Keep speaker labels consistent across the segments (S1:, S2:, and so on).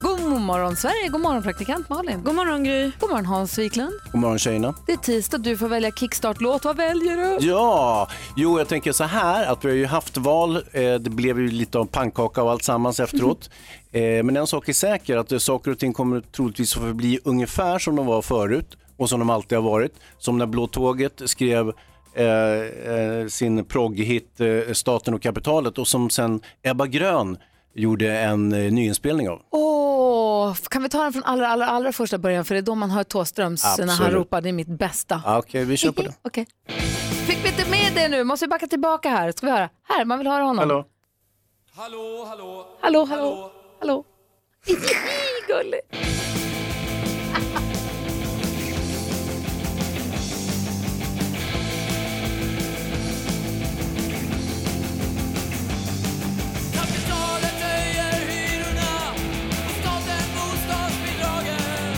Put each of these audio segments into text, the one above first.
S1: God morgon Sverige, god morgon praktikant Malin. God morgon Gry. God morgon Hans Wiklund.
S2: God morgon tjejerna.
S1: Det är tisdag, du får välja kickstart-låt. Vad väljer du?
S2: Ja, jo jag tänker så här att vi har ju haft val. Eh, Det blev ju lite av pannkaka och allt sammans efteråt. Eh, Men en sak är säker att eh, saker och ting kommer troligtvis att förbli ungefär som de var förut och som de alltid har varit. Som när Blå Tåget skrev eh, eh, sin progghit eh, Staten och kapitalet och som sen Ebba Grön gjorde en eh, nyinspelning av.
S1: Åh, kan vi ta den från allra, allra, allra första början? För det är då man hör Thåströms när han
S2: Absolut.
S1: ropar det är mitt bästa.
S2: Ah, Okej, vi kör på det.
S1: Okej. Fick vi inte med det nu? Måste vi backa tillbaka här? Ska vi höra? Här, man vill höra honom.
S2: Hallå?
S3: Hallå, hallå.
S1: Hallå, hallå, hallå. Gullig.
S3: Kapitalet höjer hyrorna och staten bostadsbidragen.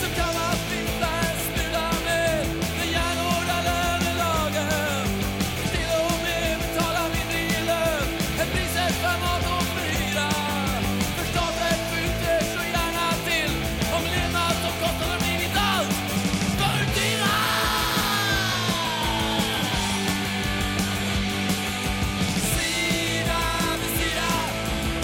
S3: Så kan man flytta en smula med den järnhårda lönelagen. Till och med betala mindre i lön än priset för mat och för hyra. För staten skjuter så gärna till om levnadsomkostnader blivit allt för dyra. Sida vid sida,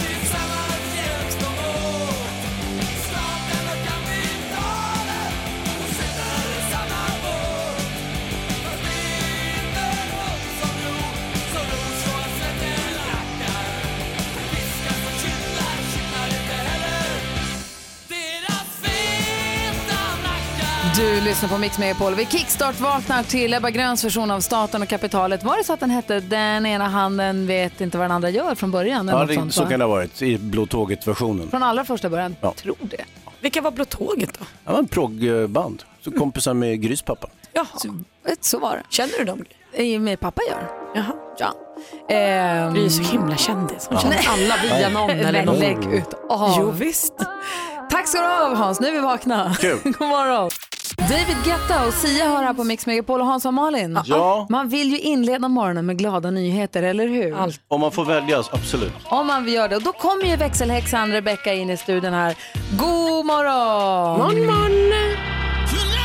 S3: tillsammans hjälps de åt. Staten och kapitalet, de sitter i samma båt. Fast det är inte någon som ror, som ror så att svetten lackar. Men fiskar som kittlar, kittlar inte heller deras feta nackar.
S1: Du lyssnar på Mix Megapol. Vi kickstart vaknar till Ebba Gröns version av Staten och kapitalet. Var det så att den hette Den ena handen vet inte vad den andra gör från början? eller
S2: Ja,
S1: något
S2: det,
S1: sånt,
S2: så
S1: va?
S2: kan det ha varit i Blå Tåget-versionen.
S1: Från allra första början?
S2: Ja.
S1: Tror det.
S4: Vilka var Blå Tåget då?
S2: Det var en proggband. Så kompisar med Grys pappa.
S4: Jaha.
S1: Vet, Så var det.
S4: Känner du dem?
S1: Eh, Min pappa gör.
S4: Jaha.
S1: Ja. Ehm,
S4: Du är ju så himla kändis. Hon känner alla via någon eller
S1: men
S4: någon.
S1: lägg ut av.
S4: Jo, visst.
S1: Tack ska du ha Hans, nu är vi vakna.
S2: Kul.
S1: God morgon. David Guetta och Sia hör här på Mix Megapol och Hans och Malin.
S2: Ja.
S1: Man vill ju inleda morgonen med glada nyheter, eller hur?
S4: Allt.
S2: Om man får välja, absolut.
S1: Om man vill göra det. Och då kommer ju växelhäxan Rebecca in i studion här. God morgon!
S4: Morgon, morgon.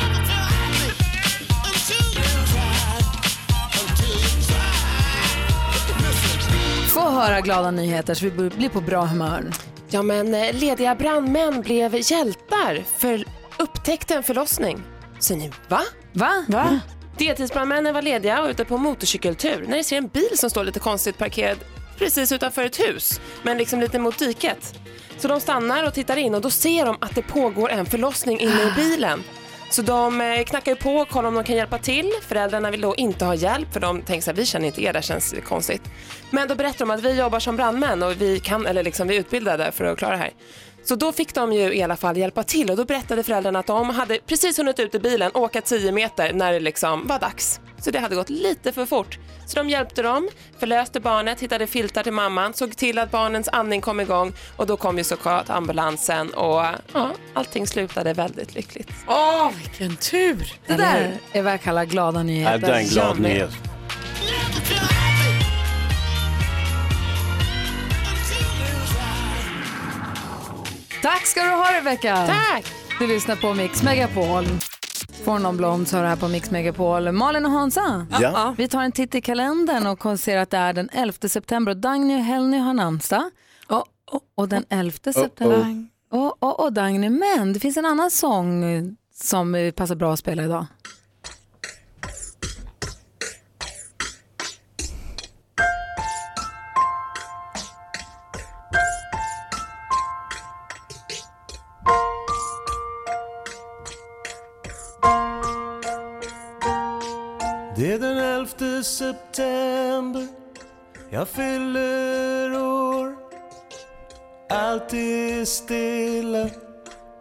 S1: Få höra glada nyheter så vi blir på bra humör.
S5: Ja, men eh, lediga brandmän blev hjältar för upptäckte en förlossning. Så ni, va?
S1: Va?
S4: Va?
S5: Deltidsbrandmännen var lediga och ute på motorcykeltur när de ser en bil som står lite konstigt parkerad precis utanför ett hus, men liksom lite mot diket. Så de stannar och tittar in och då ser de att det pågår en förlossning inne i bilen. Så de eh, knackar ju på och kollar om de kan hjälpa till. Föräldrarna vill då inte ha hjälp för de tänker så här, vi känner inte er, det här känns konstigt. Men då berättar de att vi jobbar som brandmän och vi kan, eller liksom vi är utbildade för att klara det här. Så då fick de ju i alla fall hjälpa till och då berättade föräldrarna att de hade precis hunnit ut i bilen och åka 10 meter när det liksom var dags. Så det hade gått lite för fort. Så de hjälpte dem, förlöste barnet, hittade filtar till mamman, såg till att barnens andning kom igång och då kom ju såklart ambulansen och ja, allting slutade väldigt lyckligt.
S4: Åh, vilken tur.
S1: Det där är vad jag kallar glada
S2: Äh, det är en
S1: nyheter.
S2: glad nyhet.
S1: Tack ska du ha Rebecca!
S5: Tack!
S1: Du lyssnar på Mix Megapol. Får någon blond så hör det här på Mix Megapol. Malin och Hansa,
S2: Ja.
S1: vi tar en titt i kalendern och ser att det är den 11 september och Dagny och Helny har namnsdag.
S4: Oh, oh.
S1: Och den 11 september... Åh, åh, åh, Dagny. Men det finns en annan sång eh, som eh, passar bra att spela idag.
S3: Det är den 11 september Jag fyller år Allt är stilla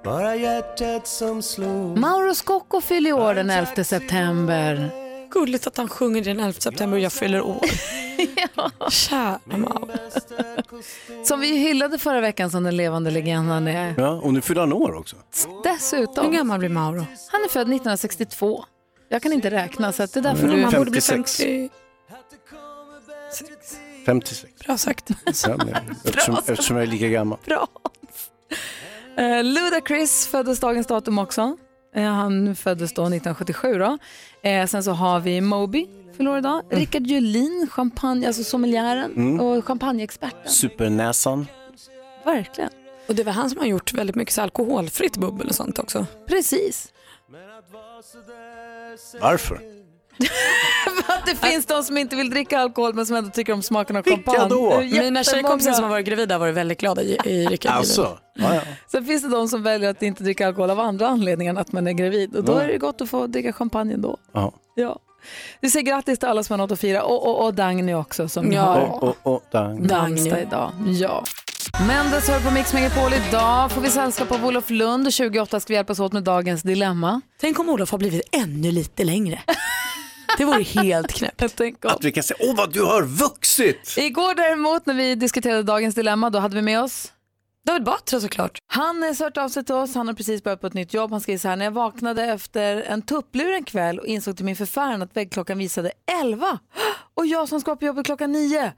S3: Bara hjärtat som
S4: Mm.
S3: slår
S1: Mauro Scocco fyller ju år den 11 september.
S4: Gulligt att han sjunger den 11 september och jag fyller år. Kära Mauro.
S1: Som vi hyllade förra veckan som den levande legenden är.
S2: Ja, och nu fyller han år också.
S1: Dessutom.
S4: Hur gammal blir Mauro?
S1: Han är född 1962. Jag kan inte räkna så att det där får
S4: Man
S1: du...
S4: borde bli
S2: 56.
S4: 50.
S2: 56.
S4: Bra sagt.
S2: Ja, men Eftersom, eftersom jag är lika gammal.
S1: Bra. Eh, Ludacris föddes dagens datum också. Eh, han föddes då 1977. Då. Eh, sen så har vi Moby, förlorar idag.
S2: Mm.
S1: Rickard Julin, champagne, alltså sommeliären och champagneexperten.
S2: Supernäsan.
S1: Verkligen.
S4: Och det var han som har gjort väldigt mycket så alkoholfritt bubbel och sånt också.
S1: Precis.
S2: Varför?
S1: Att det finns de som inte vill dricka alkohol men som ändå tycker om smaken av
S2: Vilka
S1: champagne. Eh,
S2: då?
S1: Det är jättemånga.
S4: Mina tjejkompisar som har varit gravida har varit väldigt glada i, i Rickard
S2: Alltså, ja, ja.
S1: Sen finns det de som väljer att inte dricka alkohol av andra anledningar än att man är gravid. Och då
S2: Mm.
S1: är det gott att få dricka champagne ändå.
S2: ja.
S1: Ja. Vi säger grattis till alla som har något att fira och, och, och Dagny också som
S4: Ja.
S1: har
S2: Och, och, och, dang.
S1: namnsdag idag. Ja. Mendes hör på Mix Megapol idag. Får vi sällskap av Olof Lund. 28 ska vi hjälpas åt med dagens dilemma.
S4: Tänk om Olof har blivit ännu lite längre. Det vore helt knäppt.
S1: Jag tänker om.
S2: Att vi kan säga, åh vad du har vuxit!
S1: Igår däremot när vi diskuterade dagens dilemma, då hade vi med oss
S4: David Batra såklart.
S1: Han har hört av sig till oss, han har precis börjat på ett nytt jobb. Han skriver så här, när jag vaknade efter en tupplur en kväll och insåg till min förfäran att väggklockan visade 11 och jag som ska på jobbet klockan 9.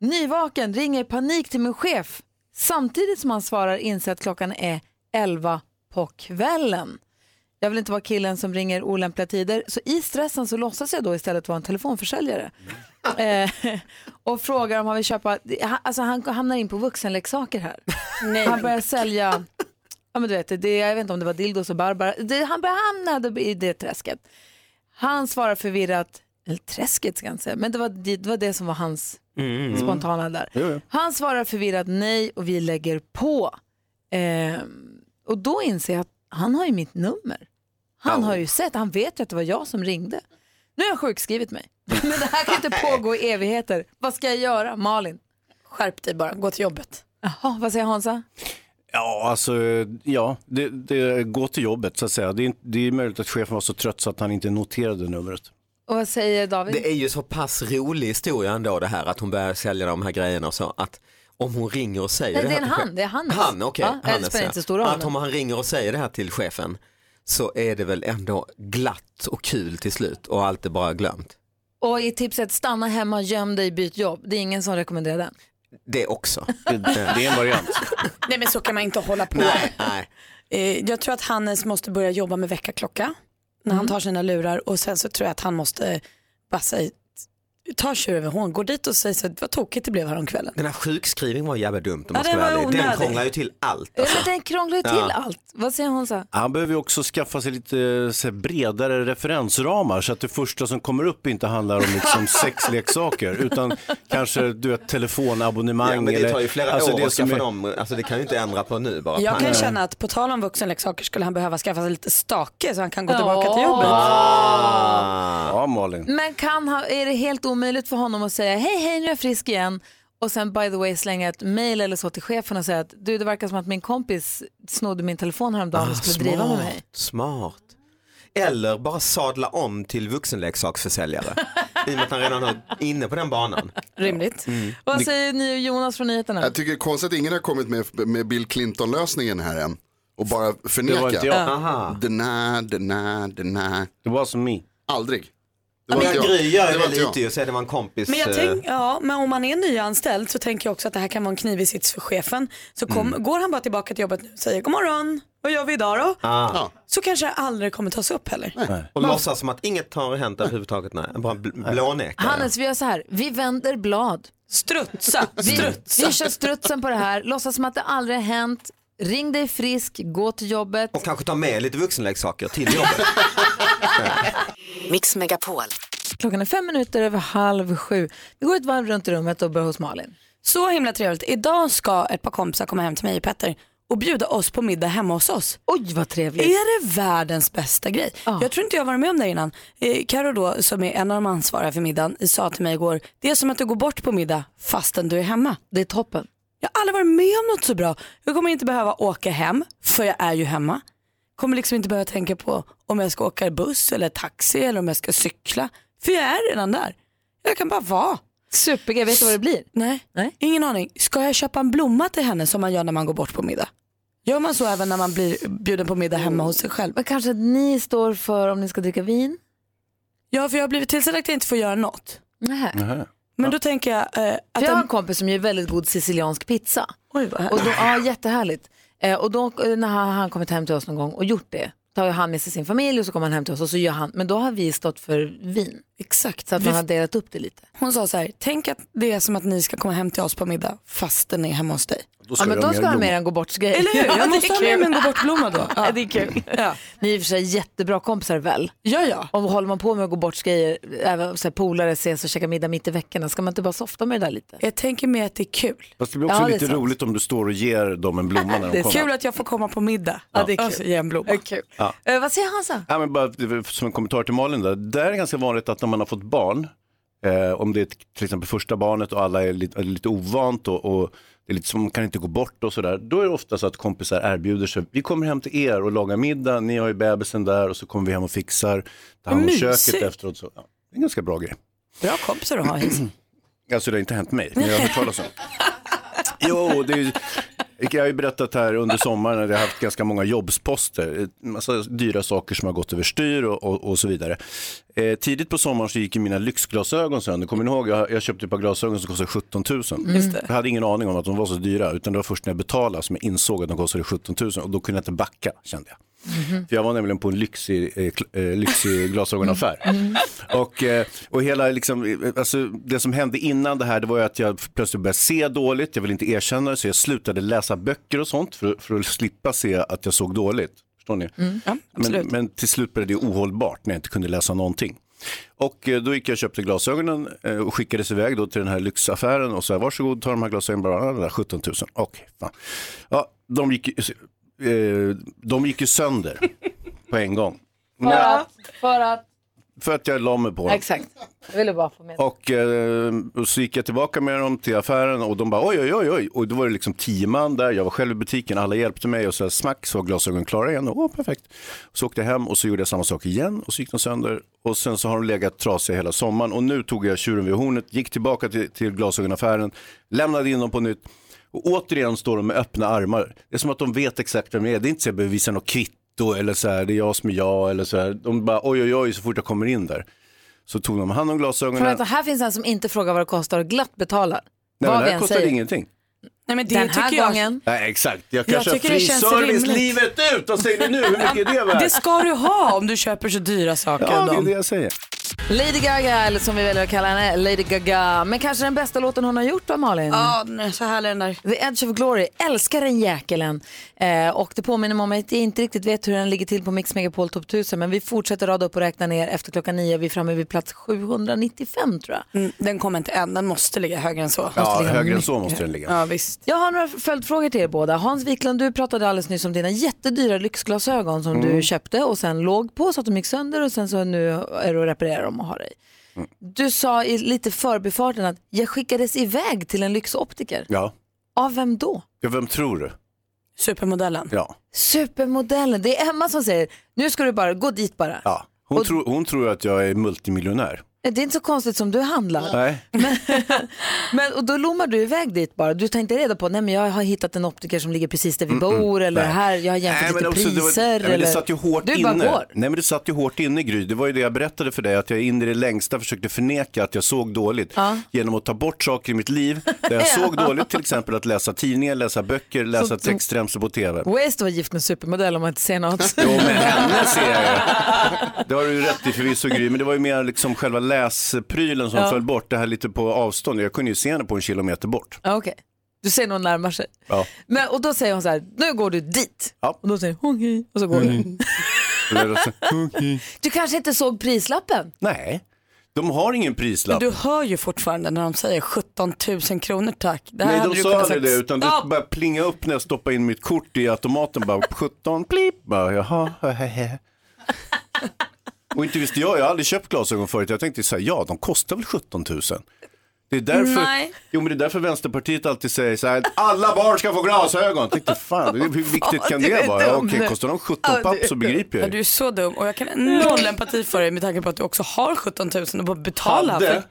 S1: Nyvaken ringer i panik till min chef samtidigt som han svarar inser att klockan är 11 på kvällen. Jag vill inte vara killen som ringer olämpliga tider så i stressen så låtsas jag då istället vara en telefonförsäljare. eh, och frågar om han vill köpa, han- alltså han hamnar in på vuxenleksaker här. Han börjar sälja, ja men du vet, det, jag vet inte om det var dildos och Barbara, det, han börjar hamna i det träsket. Han svarar förvirrat, eller träsket ska jag inte säga, men det var det, det, var det som var hans spontana där. Han svarar förvirrat nej och vi lägger på. Ehm, och då inser jag att han har ju mitt nummer. Han har ju sett, han vet ju att det var jag som ringde. Nu har jag sjukskrivit mig. Men det här kan inte pågå i evigheter. Vad ska jag göra? Malin?
S4: Skärp dig bara, gå till jobbet.
S1: Jaha, vad säger Hansa?
S2: Ja, alltså, ja, det, det går till jobbet så att säga. Det är, det är möjligt att chefen var så trött så att han inte noterade numret.
S1: Och vad säger David?
S6: Det är ju så pass rolig historia ändå det här att hon börjar sälja de här grejerna och så att om hon ringer och
S1: Nej,
S6: säger
S1: det är
S6: här
S1: en
S6: till
S1: han,
S6: chef-
S1: det är Hannes.
S6: Han, okej.
S1: Ja, det
S6: Hannes,
S1: spelar
S6: ja.
S1: inte så stor roll.
S6: Att om han ringer och säger det här till chefen så är det väl ändå glatt och kul till slut och allt är bara glömt.
S1: Och i tipset, stanna hemma, göm dig, byt jobb. Det är ingen som rekommenderar den.
S6: Det också.
S2: Det, det är en variant.
S4: Nej men så kan man inte hålla på.
S6: nej, nej.
S4: Eh, Jag tror att Hannes måste börja jobba med väckarklocka när han tar sina lurar och sen så tror jag att han måste eh, bara säga, ta tjuren vid hån, gå dit och säg så att vad tokigt det blev häromkvällen.
S6: Den här sjukskrivningen var jävla dumt om
S4: Ja,
S6: man ska
S4: den
S6: vara
S4: var
S6: ärlig. Den
S4: onödig.
S6: krånglar ju till allt. alltså.
S1: Men den krånglar ju till allt. Vad säger Hansa?
S2: Han behöver ju också skaffa sig lite eh, så här, bredare referensramar så att det första som kommer upp inte handlar om liksom sexleksaker utan kanske du vet, telefonabonnemang.
S6: Ja, men det
S2: eller-
S6: tar ju flera
S2: alltså,
S6: år
S2: det
S6: att
S2: som
S6: skaffa
S2: är-
S6: dem, alltså det kan ju inte ändra på nu bara.
S4: Jag
S6: Pang.
S4: kan känna att på tal om vuxenleksaker skulle han behöva skaffa sig lite stake så han kan gå
S1: Ja.
S4: tillbaka till jobbet.
S2: Ja, Malin.
S1: Men kan ha, är det helt omöjligt för honom att säga hej, hej, nu är jag frisk igen och sen by the way slänga ett mail eller så till chefen och säga att du, det verkar som att min kompis snodde min telefon
S6: Ah,
S1: häromdagen och skulle driva med mig.
S6: Smart. Eller bara sadla om till vuxenleksaksförsäljare. I och med att han redan är inne på den banan.
S4: Rimligt.
S6: Mm.
S1: Vad säger ni och Jonas från nyheterna?
S7: Jag tycker det är konstigt att ingen har kommit med, med Bill Clinton-lösningen här än. Och bara
S2: Det var inte
S7: förneka.
S2: jag.
S6: Aha.
S7: Denna, denna, denna.
S2: Det var som me.
S7: Aldrig. Det
S6: Men jag gryar
S7: Det
S6: ju
S7: var
S6: det
S7: inte
S6: lite
S7: jag.
S6: ju, så är det var en kompis.
S4: Men jag
S6: eh,
S4: tänk, ja, men om man är nyanställd så tänker jag också att det här kan vara en knivig sits för chefen. Så kom, går han bara tillbaka till jobbet nu och säger god morgon, vad gör vi idag då?
S6: ah.
S4: Så kanske det aldrig kommer tas upp heller.
S6: Och låtsas som att inget har hänt överhuvudtaget. Nej, bara bl- blåneka.
S1: Hannes, vi gör så här, vi vänder blad.
S4: Strutsa,
S1: Vi,
S4: strutsa.
S1: vi kör strutsen på det här, låtsas som att det aldrig har hänt, ring dig frisk, gå till jobbet.
S6: Och kanske ta med lite vuxenleksaker till jobbet.
S8: Mix Megapol.
S1: Klockan är fem minuter över halv sju. Vi går ett varv runt i rummet och börjar hos Malin.
S4: Så himla trevligt. Idag ska ett par kompisar komma hem till mig och Petter och bjuda oss på middag hemma hos oss.
S1: Oj, vad trevligt.
S4: Är det världens bästa grej? Jag tror inte jag har varit med om det innan. Eh, Karo då, som är en av de ansvariga för middagen, sa till mig igår, det är som att du går bort på middag fastän du är hemma.
S1: Det är toppen.
S4: Jag har aldrig varit med om något så bra. Jag kommer inte behöva åka hem, för jag är ju hemma. Kommer liksom inte behöva tänka på om jag ska åka buss eller taxi eller om jag ska cykla. För jag är redan där. Jag kan bara vara.
S1: Supergrej, vet du vad det blir?
S4: Nej,
S1: Nej.
S4: ingen aning. Ska jag köpa en blomma till henne som man gör när man går bort på middag? Gör man så även när man blir bjuden på middag hemma hos sig själv?
S1: Men kanske att ni står för om ni ska dricka vin?
S4: Ja, för jag har blivit tillsagd att jag inte får göra något.
S1: Nej.
S4: Men då tänker jag eh, att...
S1: För jag har
S4: Den...
S1: en kompis som gör väldigt god siciliansk pizza.
S4: Oj, vad
S1: Och då, ja, jättehärligt. Eh, och då eh, när han, han kommit hem till oss någon gång och gjort det, tar ju han med sig sin familj och så kommer han hem till oss och så gör han, men då har vi stått för vin.
S4: Exakt.
S1: Så att man har delat upp det lite.
S4: Hon sa så här, tänk att det är som att ni ska komma hem till oss på middag fast den är hemma hos dig.
S2: Då
S1: Ja, men
S2: du ha
S1: då
S2: mer
S1: ska han
S2: blommor.
S1: med den gå bort grej.
S4: Eller hur? Jag måste ha med mig en gå bort-blomma då.
S1: Ja. Det är kul. Ja. Ni är i och för sig jättebra kompisar väl?
S4: Ja, ja.
S1: Om håller man på med att gå bort grejer, även så här, polare ses och käka middag mitt i veckorna, ska man inte bara softa med det där lite?
S4: Jag tänker mer att det är kul.
S2: Fast det blir också
S1: Ja, det är
S2: lite
S1: sant.
S2: roligt om du står och ger dem en blomma när
S1: Det
S2: de
S1: är
S2: kommer.
S4: Kul att jag får komma på middag. Ja,
S1: det är kul.
S4: Och så ge en blomma.
S1: Kul. Eh, vad säger Hansa?
S2: Ja, men bara som en kommentar till Malin där. Där är det ganska vanligt att när man har fått barn, eh, om det är till exempel första barnet och alla är lite, är lite ovant och, och det är lite som man kan inte gå bort och sådär. Då är det ofta så att kompisar erbjuder sig. Vi kommer hem till er och lagar middag, ni har ju bebisen där och så kommer vi hem och fixar, tar hand om
S4: Mysigt.
S2: köket efteråt. Så, ja, det är en ganska bra grej.
S4: Bra kompisar att ha. Hins.
S2: Alltså det har inte hänt mig, men jag har hört talas om. Jo, det är ju, jag har ju berättat här under sommaren när jag har haft ganska många jobbsposter. eh, Massa dyra saker som har gått överstyr och, och, och så vidare. Eh, tidigt på sommaren så gick ju mina lyxglasögon sönder. Kommer ni ihåg? Jag, jag köpte ett par glasögon som kostade 17 000. Jag hade ingen aning om att de var så dyra. Utan det var först när jag betalade som jag insåg att de kostade 17 000. Och då kunde jag inte backa kände jag. För jag var nämligen på en lyxig, eh, kl- eh, lyxig glasögonaffär. Och, eh, och hela liksom, eh, alltså, det som hände innan det här det var ju att jag plötsligt började se dåligt. Jag ville inte erkänna det så jag slutade läsa böcker och sånt för, för att slippa se att jag såg dåligt. Förstår ni? men, men till slut blev det ohållbart när jag inte kunde läsa någonting. Och eh, då gick jag och köpte glasögonen eh, och skickades iväg då till den här lyxaffären och sa varsågod ta de här glasögonen, bara "Ah, 17 000. Okej, fan. Ja, de gick, ju- eh, de gick ju sönder på en gång.
S1: För att, för att.
S2: För att jag la mig på dem.
S1: Exakt. Jag ville bara få med det.
S2: Och, eh, och så gick jag tillbaka med dem till affären och de bara oj, oj, oj, oj. Och då var det liksom tio man där, jag var själv i butiken, alla hjälpte mig och så här, smack så var glasögonen klara igen. Och, åh, perfekt. Så åkte jag hem och så gjorde jag samma sak igen och så gick de sönder. Och sen så har de legat trasiga hela sommaren och nu tog jag tjuren vid hornet, gick tillbaka till, till glasögonaffären, lämnade in dem på nytt. Och återigen står de med öppna armar. Det är som att de vet exakt vem jag är. Det är inte så att jag behöver visa något kvitto eller så här, det är jag som är jag eller så här. De bara oj, oj, oj, så fort jag kommer in där. Så tog de hand
S1: För
S2: om glasögonen.
S1: att här finns en som inte frågar vad det kostar och glatt betalar.
S2: Nej, men
S1: vad
S2: det
S1: vi
S2: här
S1: än
S2: kostar
S1: säger.
S2: ingenting.
S4: Nej, men det
S1: Den
S4: tycker
S1: här
S4: jag,
S1: gången.
S2: Nej, exakt. Jag
S4: Jag
S2: kanske
S4: tycker det känns
S2: friservice
S4: rimligt.
S2: livet ut. Vad säger ni nu? Hur mycket är det
S4: Det
S2: värt?
S4: ska du ha om du köper så dyra saker
S2: Ja,
S4: av
S2: det är det
S4: dem.
S2: jag säger.
S1: Lady Gaga, eller som vi väljer att kalla henne, Lady Gaga. Men kanske den bästa låten hon har gjort då, Malin?
S4: Ja, den är så härlig den där.
S1: The Edge of Glory, älskar den jäkelen. Eh, och det påminner mig om att jag inte riktigt vet hur den ligger till på Mix Megapol Top 1000 men vi fortsätter rada upp och räkna ner efter klockan nio. Vi är framme vid plats 795 tror jag.
S4: Mm, den kommer inte än, den måste ligga högre än så.
S2: Ja, högre än så måste den ligga.
S4: Ja, visst.
S1: Jag har några följdfrågor till er båda. Hans Wiklund, du pratade alldeles nyss om dina jättedyra lyxglasögon som
S2: Mm.
S1: du köpte och sen låg på så att de gick sönder och sen så nu är du och reparerar dem och har dig.
S2: Mm.
S1: Du sa i lite förbifarten att jag skickades iväg till en lyxoptiker.
S2: Ja.
S1: Av vem då?
S2: ja, vem tror du?
S4: Supermodellen.
S2: Ja.
S1: Supermodellen. Det är Emma som säger, nu ska du bara gå dit bara.
S2: ja. Hon, tror, hon tror att jag är multimiljonär.
S1: Det är inte så konstigt som du handlar.
S2: Nej.
S1: Men, och då lommar du iväg dit bara. Du tar inte reda på, nej men jag har hittat en optiker som ligger precis där vi bor eller
S2: Mm, nej.
S1: här, jag har jämfört lite
S2: också, det, var,
S1: priser.
S2: nej, men det
S1: eller...
S2: satt ju hårt
S1: du
S2: inne.
S1: bara går.
S2: Nej men det satt ju hårt inne Gry. Det var ju det jag berättade för dig att jag in i det längsta försökte förneka att jag såg dåligt genom att ta bort saker i mitt liv där jag såg dåligt till exempel att läsa tidningar, läsa böcker, läsa textremsor på tv.
S1: Waste var gift med supermodell om man inte ser något.
S2: Jo, men henne ser jag ju. Det har du ju rätt i förvisso Gry, men det var ju mer liksom själva läsprylen som föll bort. Det här lite på avstånd. Jag kunde ju se henne på en kilometer bort.
S1: Ja, Okej, du ser någon närmar sig.
S2: Ja.
S1: Men, och då säger hon så här, nu går du dit.
S2: Ja. Mm.
S1: Och då säger hon okej och så går du. Du kanske inte såg prislappen.
S2: Nej, de har ingen prislapp.
S4: Du hör ju fortfarande när de säger 17 000 kronor tack. Det här
S2: Nej,
S4: hade
S2: de
S4: du
S2: sa
S4: kunnat
S2: aldrig det,
S4: sagt-
S2: utan det
S4: Ja,
S2: började plinga upp när jag stoppade in mitt kort i automaten. Bara 17, plip, bara jaha, hehehe. Och inte visste jag, jag har aldrig köpt glasögon förut. Jag tänkte så här, ja de kostar väl 17 000. Det är därför,
S4: Nej.
S2: jo, men det är därför Vänsterpartiet alltid säger så här, alla barn ska få glasögon. Tänkte, fan, hur viktigt kan
S1: du är
S2: det vara?
S1: dum.
S2: Okej, kostar de 17
S1: Ja, du
S2: papp
S1: är
S2: så
S1: dum.
S2: begriper
S4: Ja,
S2: jag
S4: du
S2: ju.
S4: är så dum och jag kan noll empati för dig med tanke på att du också har 17 000 och bara betala för.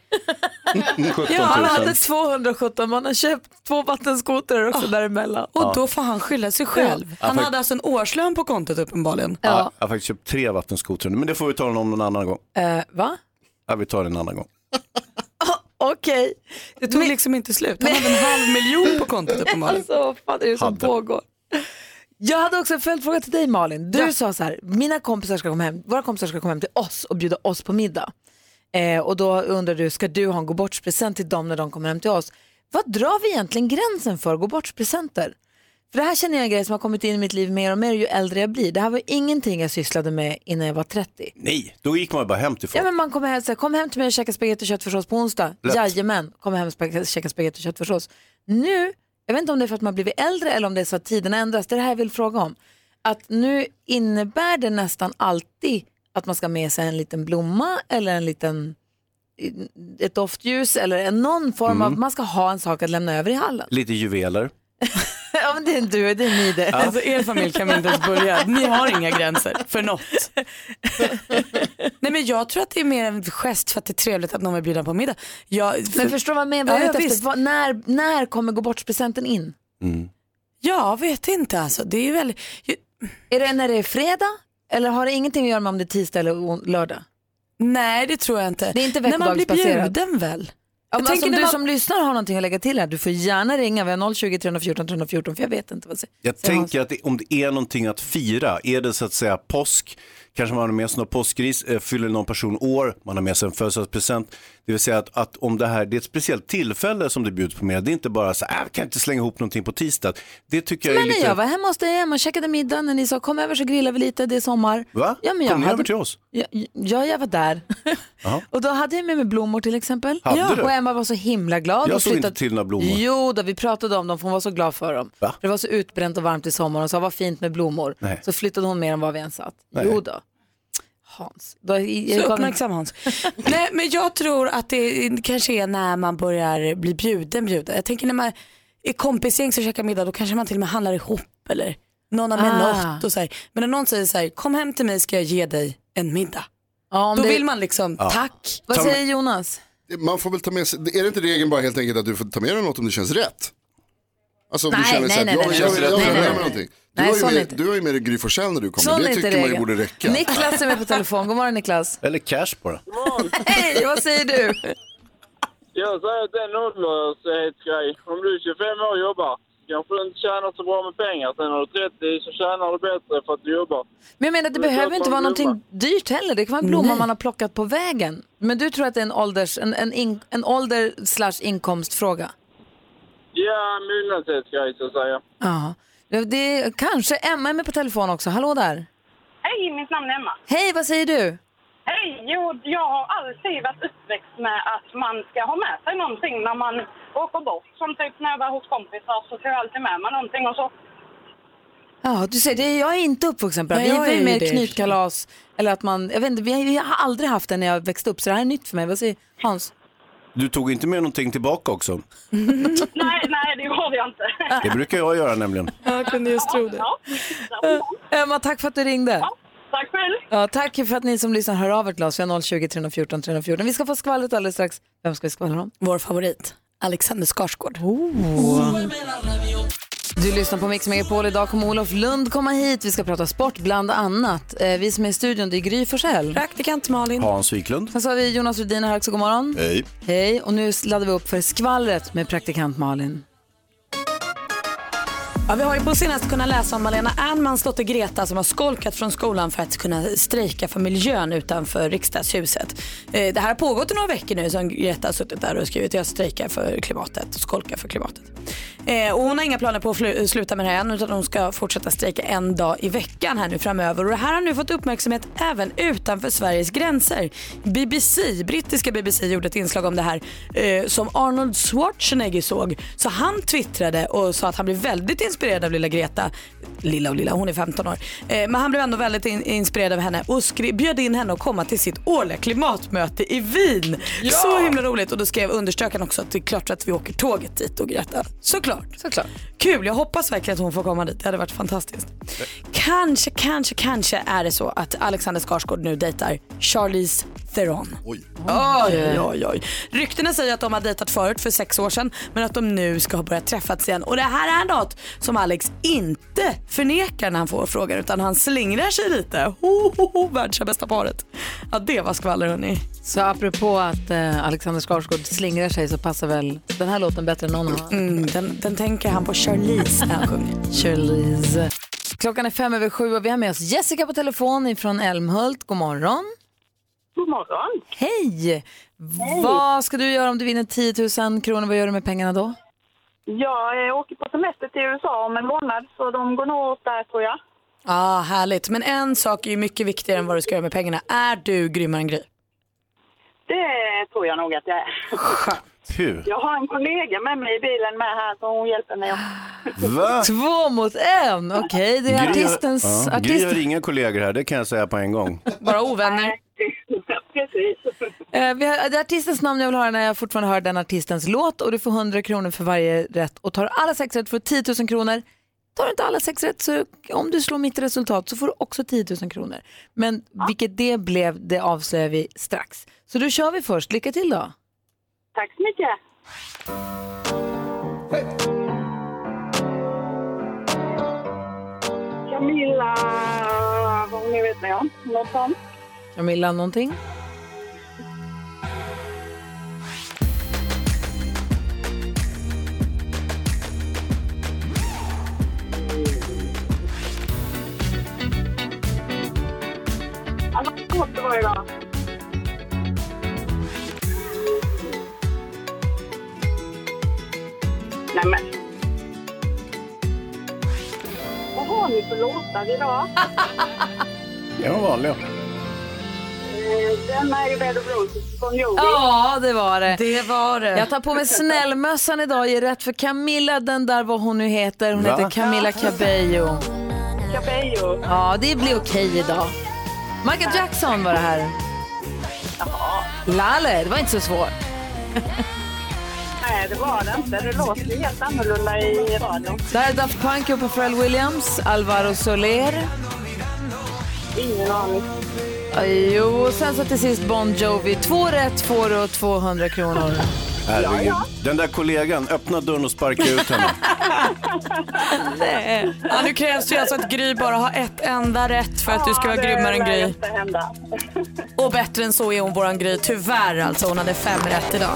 S2: Hade 17
S1: Ja, han
S2: 000.
S1: hade 217, man har köpt två vattenskotrar också däremellan.
S4: Ah. Och då får han skylla sig själv. Han hade alltså en årslön på kontot uppenbarligen.
S2: Ja, jag har faktiskt köpt tre vattenskotrar nu, men det får vi tala om någon annan gång.
S1: Eh, va?
S2: Ja, vi tar det en annan gång.
S1: Okej.
S4: Det tog liksom inte slut. Han hade en halv miljon på kontot uppenbarligen.
S1: Alltså vad fan är det som
S2: Hade.
S1: pågår? Jag hade också en följdfråga till dig Malin. Du sa så här, mina kompisar ska komma hem, våra kompisar ska komma hem till oss och bjuda oss på middag. Eh, och då undrar du, ska du ha en gå bort-present till dem när de kommer hem till oss? Vad drar vi egentligen gränsen för gå bort-presenter? För det här känner jag är en grej som har kommit in i mitt liv mer och mer ju äldre jag blir. Det här var ingenting jag sysslade med innan jag var 30.
S2: Nej, då gick man ju bara hem till folk.
S1: Ja, men man kommer hem, så här, kom hem till mig och käka spagetti och köttfärssås på onsdag.
S2: Lätt.
S1: Jajamän, kom hem och spa- käka spagetti och köttfärssås. Nu, jag vet inte om det är för att man blivit äldre eller om det är så att tiden ändras. Det är det här jag vill fråga om. Att nu innebär det nästan alltid att man ska ha med sig en liten blomma eller en liten ett doftljus eller en- någon form av, man ska ha en sak att lämna över i hallen.
S2: Lite juveler.
S1: ja men det är du, det är ni det.
S4: Alltså er familj kan vi inte ens börja. Ni har inga gränser för något. Nej men jag tror att det är mer en gest för att det är trevligt att någon vill bjuda på middag. Jag,
S1: Men förstår vad jag menar? Vad
S4: Ja,
S1: jag är ute
S4: ja,
S1: efter?
S4: visst.
S1: Vad- när, när kommer gå bort-presenten in?
S4: jag vet inte alltså. Det är väl, ju-
S1: Är det när det är fredag? Eller har det ingenting att göra med om det är tisdag eller on- lördag?
S4: nej det tror jag inte.
S1: Det är inte
S4: När man blir
S1: veckodagsbaserat.
S4: bjuden väl?
S1: Ja, men
S4: tänker
S1: alltså, om
S4: när
S1: du
S4: man-
S1: som lyssnar har någonting att lägga till här, du får gärna ringa. Vi har 020 314 314 för jag vet inte vad
S2: Jag tänker att det, om det är någonting att fira, är det så att säga påsk, kanske man har med sig någon påskgris, eh, fyller någon person år, man har med sig en födelsedagspresent. Det vill säga att, att om det här, det är ett speciellt tillfälle som det bjuds på med, det är inte bara så här, "Äh, kan jag inte slänga ihop någonting på tisdag. Det tycker jag är
S1: Men när
S2: lite...
S1: jag var hemma hos dig hemma och käkade middag när ni sa kom över så grillar vi lite, det är sommar.
S2: Va?
S1: Ja, men jag
S2: Kom ni
S1: hade...
S2: över till oss?
S1: Ja, ja, jag var där. och då hade jag med mig blommor till exempel.
S2: Hade
S1: ja.
S2: du?
S1: Och Emma var så himla glad.
S2: Jag
S1: och
S2: såg inte
S1: flyttade-
S2: till några blommor.
S1: Jo, då, vi pratade om dem för hon var så glad för dem.
S2: Va?
S1: För det var så utbränt och varmt i sommar och sa vad fint med blommor.
S2: Nej.
S1: Så flyttade hon mer än vad vi ens satt.
S2: Nej.
S1: Jo då. Hans. Då, jag,
S4: Så
S1: jag gav en
S4: uppmärksam Hans. Nej men jag tror att det kanske är när man börjar bli bjuden bjuden. Jag tänker när man är kompisgäng som käkar middag då kanske man till och med handlar ihop eller någon har med
S1: Ah.
S4: något och så här. Men när någon säger så här, kom hem till mig ska jag ge dig en middag.
S1: Ja, om
S4: Då
S1: det,
S4: vill man liksom, tack.
S1: Vad
S2: Ta-
S1: säger Jonas?
S7: Man får väl ta med sig, är det inte regeln bara helt enkelt att du får ta med dig något om det känns rätt? Alltså om
S1: Nej,
S7: du känner
S1: nej,
S7: så här,
S1: nej,
S7: jag,
S1: nej,
S7: jag,
S1: nej,
S7: jag, jag
S1: nej,
S7: vill
S1: nej,
S7: lära
S1: nej.
S7: mig någonting. Du,
S1: Nej,
S7: har ju
S1: sån är
S7: med,
S1: inte.
S7: du har ju med dig Gry Forssell när du kommer,
S1: Sån är
S7: det
S1: inte
S7: tycker man ju
S1: regeln.
S7: borde räcka.
S1: Niklas är med på telefon. God morgon Niklas.
S2: Eller cash bara.
S1: Hej, vad säger du?
S8: Jag säger att det är en åldershetsgrej. Om du är 25 år och jobbar kanske du inte tjänar så bra med pengar. Sen när du är 30 så tjänar du bättre för att du jobbar.
S1: Men jag menar, det
S8: Men
S1: behöver
S8: jag
S1: inte
S8: tar
S1: vara
S8: en
S1: någonting
S8: blomma.
S1: dyrt heller. Det kan vara en blomma
S4: Nej.
S1: man har plockat på vägen. Men du tror att det är en, ålders, en, en, in, en ålder slash inkomstfråga?
S8: Ja, mognadsrättsgrej så att säga.
S1: Ja. Det är, kanske Emma är med på telefon också. Hallå där.
S9: Hej, mitt namn är Emma.
S1: Hej, vad säger du?
S9: Hej, jo, jag har alltid varit uppväxt med att man ska ha med sig någonting när man åker bort. Som typ när jag var hos kompisar så tog jag alltid med mig någonting och så.
S1: Ja, du säger, det, jag är inte uppvuxen på det.
S4: Nej,
S1: Vi
S4: jag
S1: var ju
S4: är
S1: med
S4: det.
S1: knytkalas. Eller att man, jag, vet inte, vi- jag har aldrig haft det när jag växte upp, så det här är nytt för mig. Vad säger Hans?
S2: Du tog inte med någonting tillbaka också.
S9: Nej, nej, det gjorde jag inte.
S2: Det brukar jag göra nämligen.
S4: Jag kunde just tro det. Eh.
S9: Ja,
S1: Emma, tack för att du ringde.
S9: tack själv.
S1: Ja, tack för att ni som lyssnar hör av er till oss. Vi har 020 314 314. Vi ska få skvallret alldeles strax. Vem ska vi skvallra om?
S4: Vår favorit, Alexander Skarsgård.
S1: Du lyssnar på Mix Megapol. Idag kommer Olof Lund komma hit. Vi ska prata sport bland annat. Eh, Vi som är i studion, det är Gry Forssell.
S4: Praktikant Malin.
S2: Hans Wiklund.
S1: Sen så har vi Jonas Rudin här också. God morgon. Hej. Hej. Och nu laddar vi upp för skvallret med praktikant Malin.
S4: Ja, vi har ju på senaste kunnat läsa om Malena Ernmans dotter Greta som har skolkat från skolan för att kunna strejka för miljön utanför riksdagshuset. Eh, Det här har pågått i några veckor nu som Greta har suttit där och skrivit jag strejkar för klimatet, skolkar för klimatet. Eh, Och hon har inga planer på att flu- sluta med det här än utan hon ska fortsätta strejka en dag i veckan här nu framöver. Och det här har nu fått uppmärksamhet även utanför Sveriges gränser. BBC, brittiska BBC gjorde ett inslag om det här eh, som Arnold Schwarzenegger såg. Så han twittrade och sa att han blev väldigt inspirerad inspirerad av lilla Greta. Lilla och lilla, hon är 15 år. Eh, men han blev ändå väldigt in, inspirerad av henne och skri- bjöd in henne att komma till sitt årliga klimatmöte i Wien. Så himla roligt. Och då skrev understökaren också att det är klart att vi åker tåget dit och Greta. Såklart.
S5: Såklart.
S4: Kul, jag hoppas verkligen att hon får komma dit. Det hade varit fantastiskt. Kanske, kanske, kanske är det så att Alexander Skarsgård nu dejtar Charlize Theron. Oj. Oj, oj, oj. Ryktena säger att de har dejtat förut för sex år sedan men att de nu ska ha börjat träffas igen. Och det här är något som Alex inte förnekar när han får frågan utan han slingrar sig lite. Ho, ho, ho, världens bästa paret. Ja, det var skvaller hörni.
S1: Så apropå att eh, Alexander Skarsgård slingrar sig så passar väl den här låten bättre än någon annan.
S4: Mm, den, den tänker han på Charlize när han sjunger.
S1: Charlize. Klockan är fem över sju och vi har med oss Jessica på telefon ifrån Älmhult. God morgon.
S9: God morgon.
S1: Hej! Vad ska du göra om du vinner 10 000 kronor? Vad gör du med pengarna då?
S9: Jag eh, åker på semester till USA om en månad så de går nog åt där tror
S4: Ja,
S9: jag.
S4: ah, härligt. Men en sak är ju mycket viktigare än vad du ska göra med pengarna. Är du grymmare än Gry?
S9: Det tror jag nog att jag är. Jag har en kollega med mig i bilen med här så hon hjälper mig.
S2: Va?
S1: Två mot en! Okej, det är
S2: Gry har-
S1: artistens...
S2: Ja. Gry
S1: Artist,
S2: har inga kollegor här, det kan jag säga på en gång.
S1: bara ovänner.
S9: Precis.
S1: Eh, vi har, det är artistens namn jag vill höra när jag fortfarande hör den artistens låt och du får 100 kronor för varje rätt och tar du alla sex rätt får du 10 000 kronor. Tar du inte alla sex rätt så om du slår mitt resultat så får du också 10 000 kronor. Men vilket det blev det avslöjar vi strax. Så då kör vi först. Lycka till då!
S9: Tack så mycket. Camilla, vad hon nu vet med om. Något sånt.
S1: Camilla, någonting?
S9: Ja, vad svårt Alltså, det var idag. Nej men. Vad har ni för låtar idag?
S2: Det är de vanliga.
S9: Eh, Den är ju Bed of Roses från Jovi.
S1: Ja, det var det.
S4: Det var det.
S1: Jag tar på mig snällmössan idag och ger rätt för Camilla, den där vad hon nu heter. Hon
S9: Va?
S1: heter Camilla Cabello.
S9: Cabello.
S1: Ja, det blir okej idag. Michael Jackson var det här. Lalle, det var inte så svårt.
S9: Nej, det var det inte. Det låter ju helt annorlunda i radion.
S1: Det här är Daft Punk ihop med Pharrell Williams, Alvaro Soler.
S9: Ingen aning.
S1: Jo, och sen så till sist Bon Jovi. Två rätt får du och 200 kronor.
S2: Herregud. Den där kollegan, öppna dörren och sparka ut henne.
S1: Nej.
S4: Ja, nu krävs det ju alltså att Gry bara har ett enda rätt för att du ska vara grymmare än Gry.
S9: Det lär hända.
S4: Och bättre än så är hon våran Gry. Tyvärr alltså, hon hade fem rätt idag.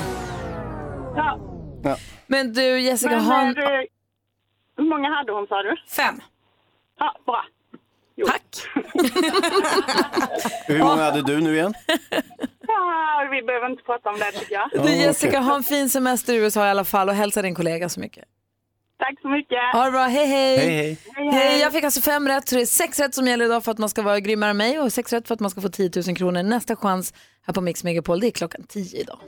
S9: Ja.
S1: Men du Jessica,
S9: Men,
S1: har
S9: eh, du, hur många hade hon sa du?
S4: Fem.
S9: Ja, bra.
S4: Tack.
S2: Hur många hade du nu igen?
S9: Ja, vi behöver inte prata om det tycker jag.
S1: du, Jessica, ha en fin semester i USA i alla fall och hälsa din kollega så mycket.
S9: Tack så mycket.
S1: Ha det bra, hej hej.
S9: Hej, hej. Hej, hej.
S1: Hej, jag fick alltså fem rätt, så det är sex rätt som gäller idag för att man ska vara grymmare än mig och sex rätt för att man ska få 10 000 kronor. Nästa chans här på Mix Megapol, det är klockan 10 idag.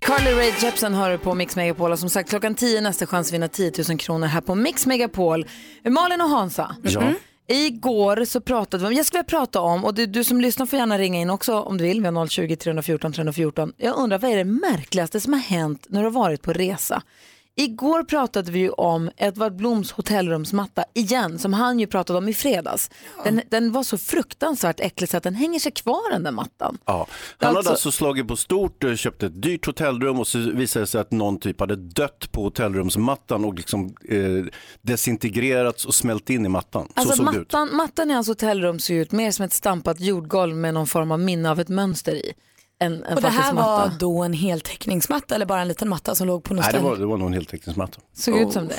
S1: Carly Rae Jepsen hör du på Mix Megapol och som sagt klockan 10 nästa chans att vinna 10 000 kronor här på Mix Megapol. Malin och Hansa.
S3: Ja.
S1: Mhm. Igår så pratade vi om, jag skulle vilja prata om, och du, du som lyssnar får gärna ringa in också om du vill, vi har 020 314 314. Jag undrar vad är det märkligaste som har hänt när du har varit på resa? Igår pratade vi ju om Edvard Bloms hotellrumsmatta igen, som han ju pratade om i fredags. Den, den var så fruktansvärt äcklig så att den hänger sig kvar den där mattan.
S2: Ja. Han hade
S1: Alltså-
S2: alltså slagit på stort, eh, köpt ett dyrt hotellrum och så visade det sig att någon typ hade dött på hotellrumsmattan och liksom eh, desintegrerats och smält in i mattan. så
S1: Alltså
S2: såg det ut.
S1: mattan, mattan i hans hotellrum ser ju ut mer som ett stampat jordgolv med någon form av minne av ett mönster i. En, en
S4: Och det här
S1: faktisk
S4: var
S1: matta.
S4: då en heltäckningsmatta eller bara en liten matta som låg på något
S2: Nej, det
S4: ställe?
S2: var, det var nog en heltäckningsmatta.
S1: Såg ut som det.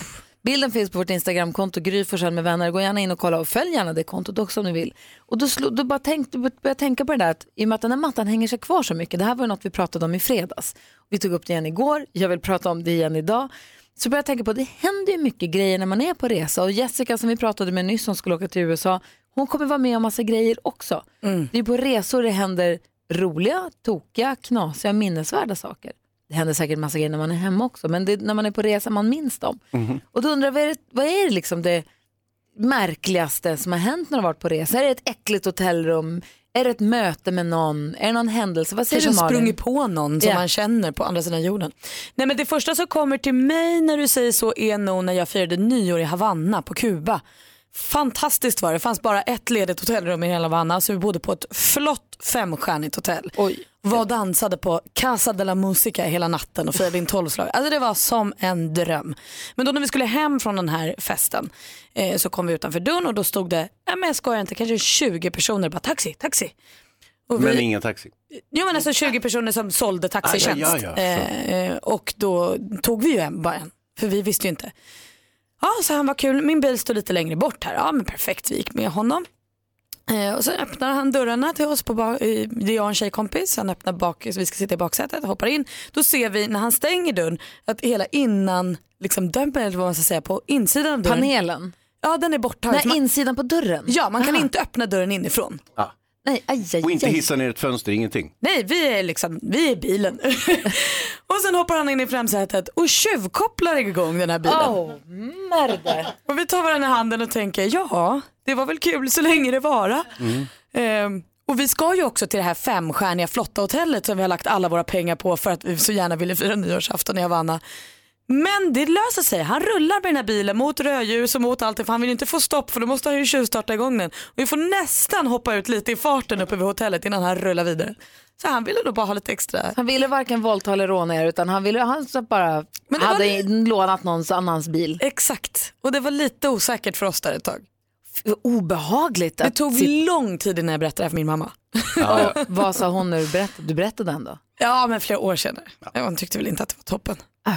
S1: Bilden finns på vårt Instagramkonto, Gry Forssell med vänner. Gå gärna in och kolla och följ gärna det kontot också om ni vill. Och då, slå, då bara tänk, då började jag tänka på det där att i och med att den här mattan hänger sig kvar så mycket, det här var ju något vi pratade om i fredags. Vi tog upp det igen igår, jag vill prata om det igen idag. Så började jag tänka på att det händer ju mycket grejer när man är på resa och Jessica som vi pratade med nyss som skulle åka till USA, hon kommer vara med om massa grejer också. Det är ju på resor det händer roliga, tokiga, knasiga, minnesvärda saker. Det händer säkert massa grejer när man är hemma också, men det, är när man är på resa man minns dem.
S2: Mhm.
S1: Och då undrar jag, vad är det, vad är det liksom det märkligaste som har hänt när du har varit på resa? Är det ett äckligt hotellrum? Är det ett möte med någon? Är det någon händelse? Vad säger
S4: Kanske
S1: du
S4: har
S1: Malin?
S4: sprungit på någon som
S1: Ja.
S4: man känner på andra sidan jorden. Nej men det första som kommer till mig när du säger så är nog när jag firade nyår i Havanna på Kuba. Fantastiskt var det, det fanns bara ett ledigt hotellrum i hela Havanna så vi bodde på ett flott femstjärnigt hotell. Oj. Var och dansade på Casa de la Musica hela natten och firade in tolvslag. Alltså det var som en dröm. Men då när vi skulle hem från den här festen eh, så kom vi utanför dörren och då stod det, nej men jag skojar inte, kanske 20 personer bara taxi, taxi. Och
S2: Men
S4: vi-
S2: ingen taxi.
S4: Jo men alltså 20 personer som sålde taxitjänst.
S2: Ja, ja, ja,
S4: Eh, och då tog vi ju en bara en, för vi visste ju inte. Ja, så han var kul, min bil står lite längre bort här. Ja men perfekt, vi gick med honom. Eh, och så öppnar han dörrarna till oss, på ba- eh, det är jag och en tjejkompis. Han öppnar bak, så vi ska sitta i baksätet, hoppar in. Då ser vi när han stänger dörren att hela innan, liksom dörren eller vad man ska säga, på insidan av dörren.
S1: Panelen?
S4: Ja den är borttagen.
S1: Nej, insidan på dörren?
S4: Ja, man kan inte öppna dörren inifrån.
S2: Ja.
S1: Nej, aj, aj,
S2: Och inte
S1: aj.
S2: hissa ner ett fönster, ingenting.
S4: Nej, vi är liksom, vi är i bilen. och sen hoppar han in i framsätet och tjuvkopplar igång den här bilen.
S1: Oh, merde.
S4: Och vi tar varandra i handen och tänker, ja, det var väl kul så länge det vara. Ehm, och vi ska ju också till det här femstjärniga flotta hotellet som vi har lagt alla våra pengar på för att vi så gärna ville fira nyårsafton i Havanna. Men det löser sig. Han rullar med den här bilen mot rödljus och mot allt för han vill inte få stopp för då måste han ju tjuvstarta igång den. Och vi får nästan hoppa ut lite i farten uppe vid hotellet innan han rullar vidare. Så han ville nog bara ha lite extra.
S1: Han ville varken våldta eller råna er utan han ville han så bara hade lånat någons annans bil.
S4: Exakt, och det var lite osäkert för oss där ett tag.
S1: Obehagligt.
S4: Det
S1: att
S4: tog
S1: sit-
S4: lång tid innan jag berättade det här för min mamma.
S1: Och Vad sa hon när du berättade? Du berättade den då?
S4: Ja, men flera år senare. Hon tyckte väl inte att det var toppen.
S1: Ah,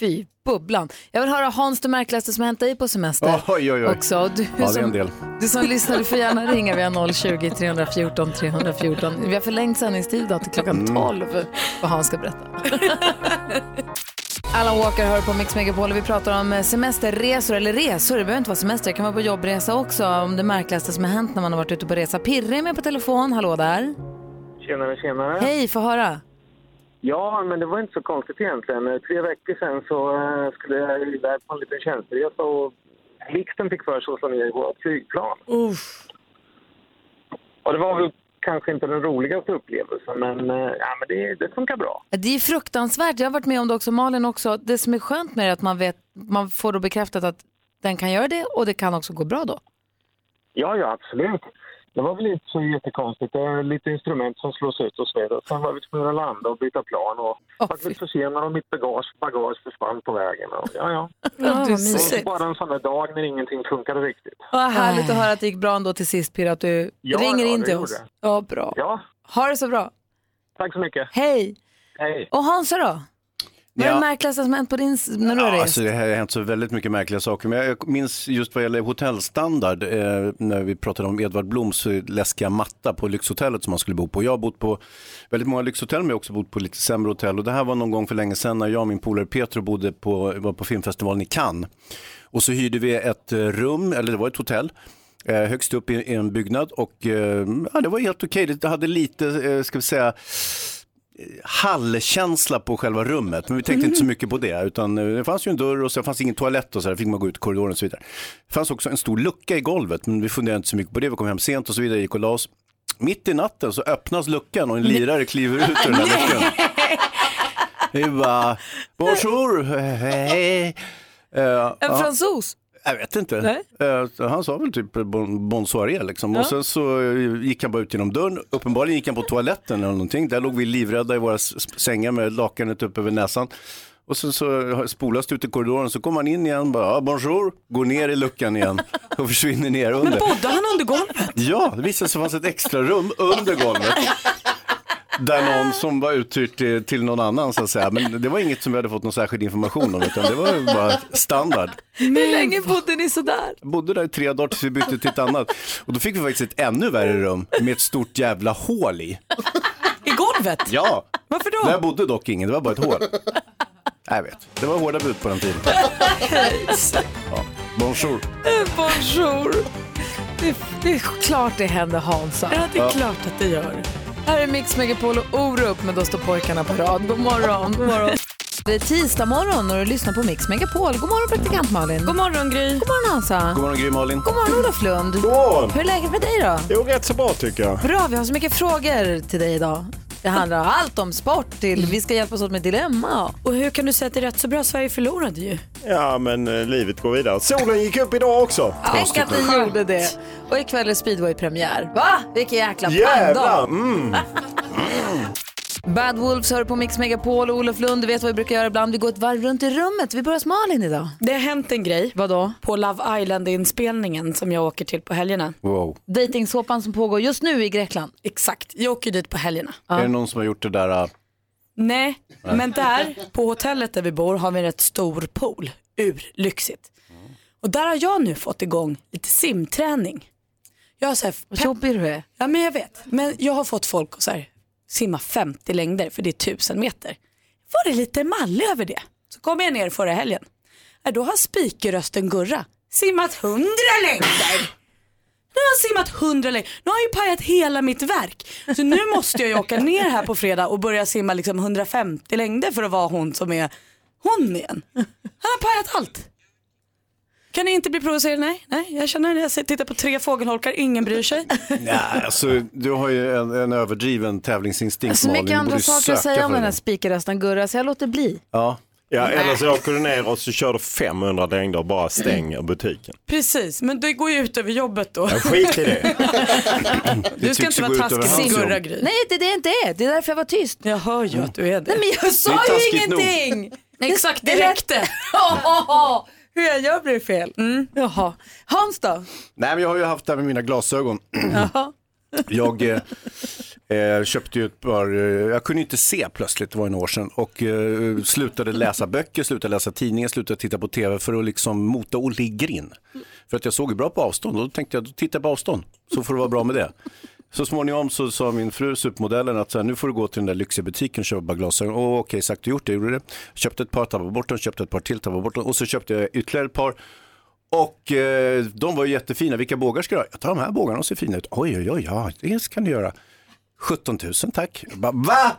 S1: fy bubblan. Jag vill höra Hans det märkligaste som hänt dig på semester.
S2: Oj, oj, oj.
S1: Också. Och Du,
S2: Ja, det är en
S1: som,
S2: del.
S1: du som lyssnar du får gärna ringa. Vi har 020-314 314. Vi har förlängt sändningstid idag till klockan
S2: Mm.
S1: 12 vad Hans ska berätta. Alan Walker hör på Mix Megapol och vi pratar om eh, semesterresor eller resor. Det behöver inte vara semester, det kan vara på jobbresa också. Om det märkligaste som har hänt när man har varit ute på resa. Pirre är med på telefon, hallå där.
S10: Tjenare, tjenare.
S1: Hej, få höra.
S10: Ja, men det var inte så konstigt egentligen. Eh, Tre veckor sedan så eh, skulle jag iväg på en liten tjänsteresa och blixten fick för sig att slå ner i vårt flygplan. Och det var väl kanske inte den roligaste upplevelsen, men, eh, ja, men det, det funkar bra.
S1: Det är fruktansvärt. Jag har varit med om det också, Malin också. Det som är skönt med det är att man, vet, man får då bekräftat att den kan göra det och det kan också gå bra då.
S10: Ja, ja, absolut. Det var väl inte så jättekonstigt. Det är lite instrument som slås ut och så vidare. Sen var vi tvungna att landa och byta plan och vart lite försenade och mitt bagage, bagage försvann på vägen. Och, ja, ja.
S1: Ja, vad
S10: det var
S1: mysigt.
S10: bara en sån där dag när ingenting funkade riktigt.
S1: Vad härligt att höra att det gick bra ändå till sist, Pira, att du
S10: Ja,
S1: ringer
S10: ja,
S1: in
S10: det
S1: till
S10: gjorde
S1: oss.
S10: jag.
S1: Ja, bra.
S10: Ja,
S1: Ha det så bra.
S10: tack så mycket.
S1: Hej!
S10: Hej.
S1: Och Hansa då? Vad är
S2: Ja.
S1: det märkligaste som hänt på din, s- när du har
S2: Ja,
S1: rest?
S2: alltså det här har hänt så väldigt mycket märkliga saker. Men jag minns just vad gäller hotellstandard, eh, när vi pratade om Edvard Bloms eh, läskiga matta på lyxhotellet som han skulle bo på. Jag har bott på väldigt många lyxhotell, men jag har också bott på lite sämre hotell. Och det här var någon gång för länge sedan när jag och min polare Petro bodde på, var på filmfestivalen i Cannes. Och så hyrde vi ett eh, rum, eller det var ett hotell, eh, högst upp i i en byggnad och eh, ja, det var helt okej. Det hade lite, eh, ska vi säga, hallkänsla på själva rummet. Men vi tänkte inte så mycket på det. Utan eh, det fanns ju en dörr och så fanns ingen toalett och så där. fick man gå ut i korridoren och så vidare. Det fanns också en stor lucka i golvet men vi funderade inte så mycket på det. Vi kom hem sent och så vidare, gick och la oss. Mitt i natten så öppnas luckan och en lirare kliver ut ur den här luckan. Vi bara, bonjour, hej. Eh,
S1: En
S2: ja.
S1: fransos?
S2: Jag vet inte. Eh, så Han sa väl typ bon, bon soirée liksom.
S1: Ja.
S2: Och sen så eh, gick han bara ut genom dörren. Uppenbarligen gick han på toaletten eller någonting. Där låg vi livrädda i våra s- s- sängar med lakanet upp över näsan. Och sen så eh, spolas det ut i korridoren, så kommer han in igen, bara ah, bonjour, går ner i luckan igen och försvinner ner under.
S4: Men bodde han under golvet?
S2: Ja, det visade sig fanns ett extra rum under golvet. Där någon som var uthyrt till, till någon annan så att säga. Men det var inget som vi hade fått någon särskild information om utan det var bara standard.
S1: Hur länge bodde ni sådär?
S2: Bodde där i tre dagar tills vi bytte till ett annat. Och då fick vi faktiskt ett ännu värre rum med ett stort jävla hål i.
S4: I golvet?
S2: Ja.
S4: Varför
S2: då? Där bodde dock ingen, det var bara ett hål. Nej, Jag vet, det var hårda bud på den tiden. Ja. Bonjour.
S1: Bonjour! Det, det är klart det händer Hansa.
S4: Ja, det är
S2: Ja.
S4: klart att det gör.
S1: Här är Mix Megapol och Orup, men då står pojkarna på rad. God morgon. God morgon. Det är tisdag morgon och du lyssnar på Mix Megapol. God morgon praktikant Malin. God
S4: morgon Gry.
S1: God morgon Hansa.
S2: God morgon Gry Malin.
S1: God morgon Olof Lund. God
S11: morgon.
S1: Hur är läget med dig då?
S11: Jo, rätt så bra tycker jag.
S1: Bra, vi har så mycket frågor till dig idag. Det handlar om allt om sport till vi ska hjälpas åt med dilemma.
S4: Och hur kan du säga att det är rätt så bra? Sverige förlorade ju.
S11: Ja, men eh, livet går vidare. Solen gick upp idag också.
S1: Tänk att ni gjorde det. Och ikväll är speedway-premiär. Va? Vilken jäkla
S11: Jävlar!
S1: pangdag.
S11: Mm.
S2: Mm.
S1: Bad Wolves hör på Mix Megapol och Olof Lund, du vet vad vi brukar göra ibland. Vi går ett varv runt i rummet. Vi börjar hos Malin idag.
S4: Det har hänt en grej.
S1: Vadå?
S4: På Love Island-inspelningen som jag åker till på helgerna.
S2: Wow.
S1: Dejtingsåpan som pågår just nu i Grekland.
S4: Exakt, jag åker dit på helgerna.
S2: Är det någon som har gjort det där? äh,
S4: Nej,
S2: Nej.
S4: men där på hotellet där vi bor har vi en rätt stor pool. Urlyxigt. Och där har jag nu fått igång lite simträning. Jag har så här, Vad
S1: jobbig du är.
S4: Ja men jag vet. Men jag har fått folk att så här, simma 50 längder för det är 1000 meter. Var det lite mallig över det? Så kom jag ner förra helgen. Ja, då har spikerösten Gurra simmat 100 längder. Nu har han simmat 100 längder. Nu har han ju pajat hela mitt verk. Så nu måste jag ju åka ner här på fredag och börja simma liksom 150 längder för att vara hon som är hon igen. Han har pajat allt. Kan ni inte bli provocerade? Nej, nej, jag känner när jag ser- tittar på tre fågelholkar, ingen bryr sig.
S2: Nej, alltså, du har ju en, en överdriven tävlingsinstinkt
S1: Så
S2: Malin.
S1: mycket
S2: Du
S1: andra
S2: borde
S1: saker
S2: söka
S1: att säga om
S2: för
S1: den här
S2: det.
S1: spikerösten Gurra, så jag låter bli.
S2: Ja.
S11: Ja, eller så åker du ner och så kör du 500 längder och bara stänger butiken.
S4: Precis, men det går ju ut över jobbet då.
S11: Ja, skit i det. typ
S4: Du ska inte vara taskig mot Gurra Gry.
S1: Nej, det är det jag inte är. Det är därför jag var tyst.
S4: Jag hör
S7: Mm.
S4: ju att du är det.
S1: Nej, men jag
S4: Det
S1: sa
S4: är
S1: ju
S4: taskigt nog.
S1: ingenting.
S4: Exakt, det räckte.
S1: Åh, Hur jag gör blir fel. Mm. Jaha. Hans då?
S2: Nej, men jag har ju haft det här med mina glasögon. Jag eh, eh, köpte ju ett par, eh, jag kunde ju inte se plötsligt, det var ju några år sedan, och eh, slutade läsa böcker, slutade läsa tidningar, slutade titta på tv för att liksom mota Olle-Grinn. För att jag såg ju bra på avstånd och då tänkte jag, då tittar jag på avstånd, så får det vara bra med det. Så småningom så sa min fru, supermodellen, att så här, nu får du gå till den där lyxiga butiken och köpa ett par glasögon. Åh, okej, sagt och gjort, jag gjorde det. Köpte ett par, tappade bort dem, köpte ett par till, tappade bort dem och så köpte jag ytterligare ett par. Och eh, de var ju jättefina. Vilka bågar ska jag ha? Jag tar de här bågarna, de ser fina ut. Oj, oj, oj, ja, det kan du göra. 17 000 tack. Jag bara, va?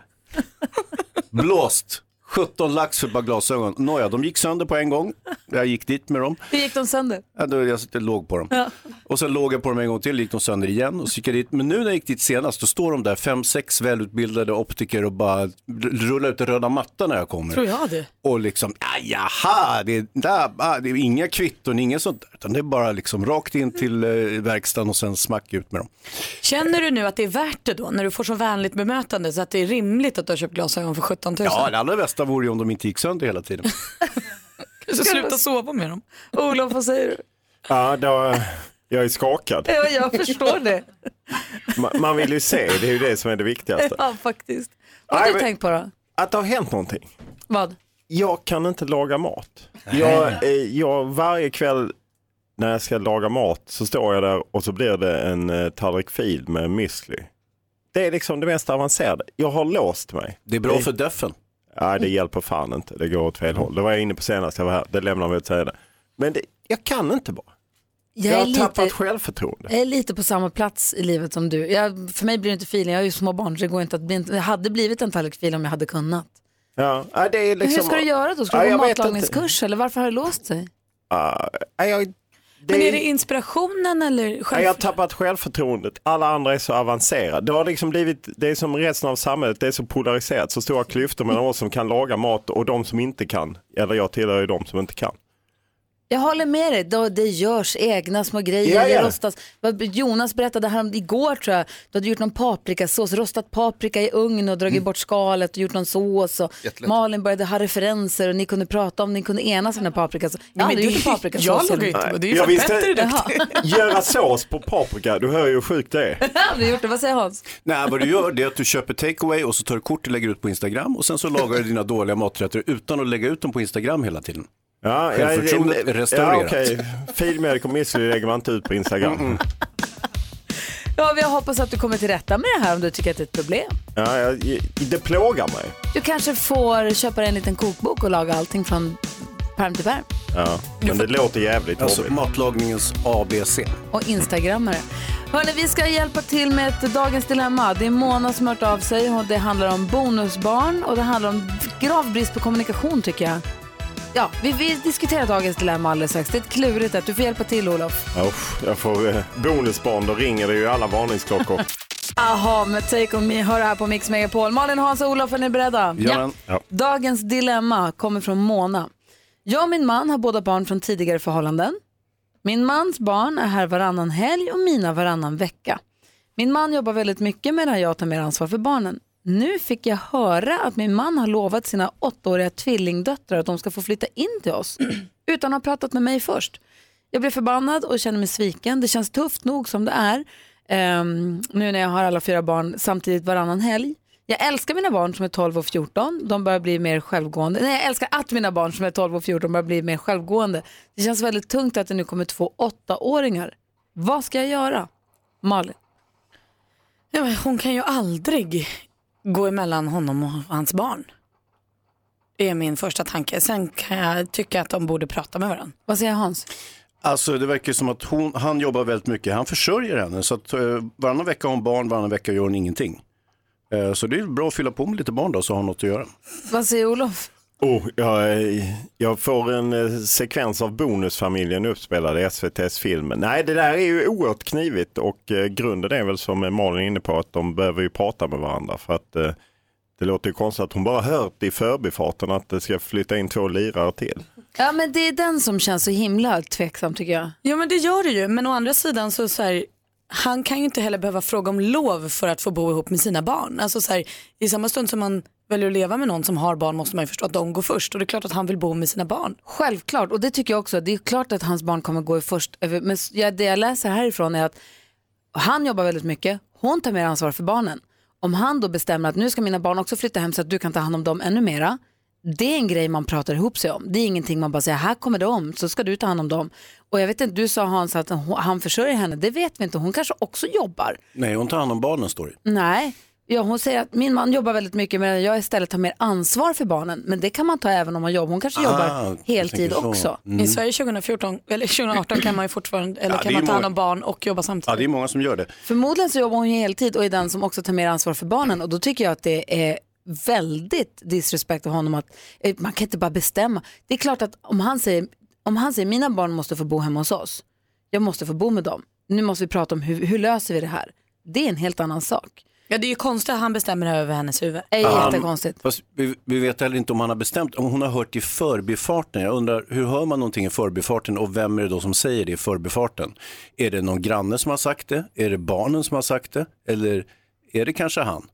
S2: Blåst. 17 lax för ett par glasögon. Nåja, de gick sönder på en gång. Jag gick dit med dem.
S1: Hur gick de sönder?
S2: Ja, då, jag satt- låg på dem.
S1: Ja.
S2: Och sen låg jag på dem en gång till, gick de sönder igen och så gick jag dit. Men nu när jag gick dit senast, då står de där fem, sex välutbildade optiker och bara r- rullar ut den röda mattan när jag kommer.
S4: Tror jag det.
S2: Och liksom, "Ah, jaha, det är, där, ah, det är inga kvitton, inget sånt där, utan det är bara liksom rakt in till eh, verkstaden och sen smack ut med dem.
S4: Känner du nu att det är värt det då när du får så vänligt bemötande så att det är rimligt att du har köpt glasögon för 17 000?
S2: Ja, det allra bästa vore ju om de inte gick sönder hela tiden.
S4: Så sluta sova med dem.
S1: Olof, vad säger du?
S11: Ja, då, jag är skakad.
S1: Ja, jag förstår det.
S11: Ma- Man vill ju se, det är ju det som är det viktigaste.
S1: Ja, faktiskt. Vad har
S11: Nej,
S1: du
S11: men-
S1: tänkt på då?
S11: Att det har hänt någonting.
S1: Vad?
S11: Jag kan inte laga mat. Jag, eh, jag, varje kväll när jag ska laga mat så står jag där och så blir det en eh, tallrik fil med müsli. Det är liksom det mest avancerade. Jag har låst mig.
S2: Det är bra för döffen.
S11: Nej, det hjälper fan inte. Det går åt fel håll. Det var jag inne på senast jag var här. Det lämnar vi åt sidan. Men det, jag kan inte bara.
S1: Jag
S11: Jag,
S1: är
S11: har
S1: lite-
S11: tappat självförtroende.
S1: Jag är lite på samma plats i livet som du. Jag, för mig blir det inte filen, jag har ju små barn så det går inte att bli, jag hade blivit en tallriksfil om jag hade kunnat.
S11: Ja, nej, det är
S1: Men
S11: liksom...
S1: hur ska du göra då? Ska
S11: Ja,
S1: du gå
S11: jag vet
S1: matlagningskurs eller varför har du låst sig?
S11: Ja, nej, jag, det
S4: Men är det inspirationen eller
S11: Nej,
S4: själv...
S11: jag har tappat självförtroendet. Alla andra är så avancerade. Det har liksom blivit, det är som resten av samhället, det är så polariserat, så stora klyftor mellan oss som kan laga mat och de som inte kan. Eller jag tillhör ju de som inte kan.
S1: Jag håller med dig, Då- det görs egna små grejer.
S11: Ja, ja.
S1: Det rostas. Vad Jonas berättade här om igår tror jag, du hade gjort någon paprikasås, rostat paprika i ugn och dragit bort skalet och gjort någon sås. Och
S4: Mm. Jättelätt.
S1: Malin började ha referenser och ni kunde prata om, ni kunde enas om den här paprikasåsen. Jag
S4: Nej,
S1: har
S4: men
S1: aldrig
S4: det-
S1: gjort en paprikasås.
S4: jag lagar
S1: eller-
S4: ju inte-
S11: Nej, det är ju jag för att visste- Petter är
S1: Jaha.
S11: Göra sås på paprika, du hör ju hur sjukt det är.
S1: Har du gjort det? Vad säger Hans?
S2: Nej, vad du gör det är att du köper takeaway och så tar du kort och lägger ut på Instagram och sen så lagar du dina dåliga maträtter utan att lägga ut dem på Instagram hela tiden.
S11: Ja,
S2: Självförtroendet
S11: ja, det-
S2: är restaurerat.
S11: Ja, okej. Filmjölk och müsli lägger man inte ut på Instagram.
S1: Ja, jag hoppas att du kommer till rätta med det här om du tycker att det är ett problem.
S11: Ja, jag, det plågar mig.
S1: Du kanske får köpa dig en liten kokbok och laga allting från Perm till perm.
S11: Ja, men det låter jävligt
S2: Alltså,
S11: jobbigt.
S2: matlagningens ABC.
S1: och instagrammare. Hörni, vi ska hjälpa till med ett Dagens Dilemma. Det är Mona som har hört av sig och det handlar om bonusbarn och det handlar om grav brist på kommunikation tycker jag. Ja, vi, vi diskuterar Dagens Dilemma alldeles strax. Det är ett klurigt att du får hjälpa till Olof.
S11: Usch, jag får eh, bonusbarn, då ringer det ju alla varningsklockor.
S1: Aha, med Take On Me hör det här på Mix Megapol. Malin, Hans och Olof, är ni beredda?
S11: ja.
S1: Dagens dilemma kommer från Mona. Jag och min man har båda barn från tidigare förhållanden. Min mans barn är här varannan helg och mina varannan vecka. Min man jobbar väldigt mycket medan jag tar mer ansvar för barnen. Nu fick jag höra att min man har lovat sina åttaåriga tvillingdöttrar att de ska få flytta in till oss utan att ha pratat med mig först. Jag blev förbannad och känner mig sviken. Det känns tufft nog som det är ehm, nu när jag har alla fyra barn samtidigt varannan helg. Jag älskar mina barn som är 12 och 14. De börjar bli mer självgående. Nej, jag älskar att mina barn som är 12 och 14 börjar bli mer självgående. Det känns väldigt tungt att det nu kommer två åttaåringar. Vad ska jag göra? Malin.
S4: Ja, men hon kan ju aldrig gå emellan honom och hans barn. Det är min första tanke. Sen kan jag tycka att de borde prata med varandra.
S1: Vad säger Hans?
S2: Alltså det verkar som att hon, han jobbar väldigt mycket. Han försörjer henne. Så att eh, varannan vecka har hon barn, varannan vecka gör hon ingenting. Eh, så det är bra att fylla på med lite barn då så har hon något att göra.
S1: Vad säger Olof?
S11: Oh, jag,
S2: eh,
S11: jag får en eh, sekvens av Bonusfamiljen uppspelad i SVTs film. Nej, det där är ju oerhört knivigt och eh, grunden är väl som eh, Malin är inne på att de behöver ju prata med varandra för att eh, det låter ju konstigt att hon bara hört i förbifarten att det ska flytta in två lirare till.
S1: Ja, men det är den som känns så himla tveksam tycker jag.
S4: Ja men det gör det ju. Men å andra sidan så, så här, han kan ju inte heller behöva fråga om lov för att få bo ihop med sina barn. Alltså så här, i samma stund som man väljer att leva med någon som har barn måste man ju förstå att de går först och det är klart att han vill bo med sina barn.
S1: Självklart, och det tycker jag också. Det är klart att hans barn kommer gå i först. över- Men s- ja, det jag läser härifrån är att han jobbar väldigt mycket, hon tar mer ansvar för barnen. Om han då bestämmer att nu ska mina barn också flytta hem så att du kan ta hand om dem ännu mera. Det är en grej man pratar ihop sig om. Det är ingenting man bara säger, här kommer det om, så ska du ta hand om dem. Och jag vet inte, du sa Hans att hon- han försörjer henne, det vet vi inte, hon kanske också jobbar.
S2: Nej, hon tar hand om barnen står det.
S1: Nej, ja, hon säger att min man jobbar väldigt mycket medan jag istället tar mer ansvar för barnen. Men det kan man ta även om man jobbar. Hon kanske
S2: Ah,
S1: jobbar
S2: jag
S1: heltid
S2: tänker så.
S1: också.
S2: Mm.
S4: I Sverige 2014, eller 2018 kan man ju fortfarande, eller
S2: Ja,
S4: kan
S2: det är
S4: man ta hand
S2: många-
S4: om barn och jobba samtidigt.
S2: Ja, det är många som gör det.
S1: Förmodligen så jobbar hon ju heltid och är den som också tar mer ansvar för barnen. Och då tycker jag att det är väldigt disrespekt av honom att eh, man kan inte bara bestämma. Det är klart att om han säger, om han säger mina barn måste få bo hemma hos oss, jag måste få bo med dem. Nu måste vi prata om hur, hur löser vi det här? Det är en helt annan sak.
S4: Ja det är ju konstigt att han bestämmer över hennes huvud.
S1: Det är
S2: Han-
S1: jättekonstigt.
S2: Fast vi, vi vet heller inte om han har bestämt, om hon har hört i förbifarten. Jag undrar, hur hör man någonting i förbifarten och vem är det då som säger det i förbifarten? Är det någon granne som har sagt det? Är det barnen som har sagt det? Eller är det kanske han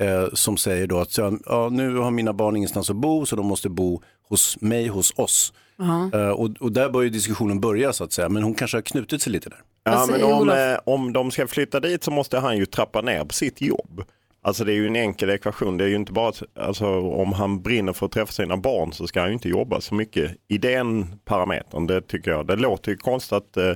S2: eh, som säger då att så, ja, nu har mina barn ingenstans att bo så de måste bo hos mig, hos oss.
S1: Ja.
S2: Eh, och, och där bör ju diskussionen börja så att säga, men hon kanske har knutit sig lite där.
S11: Ja, men om, eh, om de ska flytta dit så måste han ju trappa ner på sitt jobb. Alltså det är ju en enkel ekvation. Det är ju inte bara att alltså, om han brinner för att träffa sina barn så ska han ju inte jobba så mycket i den parametern. Det tycker jag. Det låter ju konstigt att eh,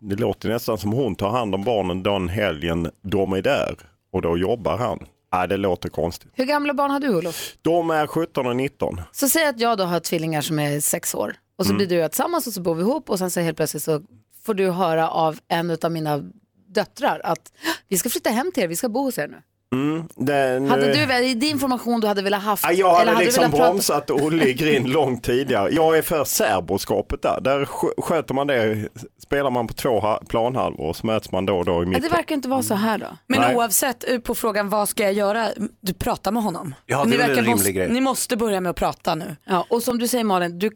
S11: det låter nästan som hon tar hand om barnen den helgen de är där och då jobbar han. Nej, det låter konstigt.
S1: Hur gamla barn har du Olof?
S11: De är 17 och 19.
S1: Så säg att jag då har tvillingar som är sex år och så
S11: Mm.
S1: blir du och jag tillsammans och så bor vi ihop och sen så helt plötsligt så får du höra av en av mina döttrar att vi ska flytta hem till er, vi ska bo hos er nu.
S11: Mm, det, nu...
S1: Hade du, väl- det är information du hade velat haft?
S11: Ja, jag hade
S1: du
S11: liksom
S1: velat prata-
S11: bromsat Olle i grind långt tidigare. Jag är för särboskapet där. Där skö- sköter man det, spelar man på två ha- planhalvor och så möts man då och då i
S1: Ja,
S11: mitten.
S1: det verkar inte vara så här då.
S4: Men
S11: Nej.
S4: oavsett eh, på frågan vad ska jag göra, du pratar med honom.
S11: Ja, det är väl en rimlig
S4: måste,
S11: grej.
S4: ni måste börja med att prata nu.
S1: Ja, och som du säger Malin, du,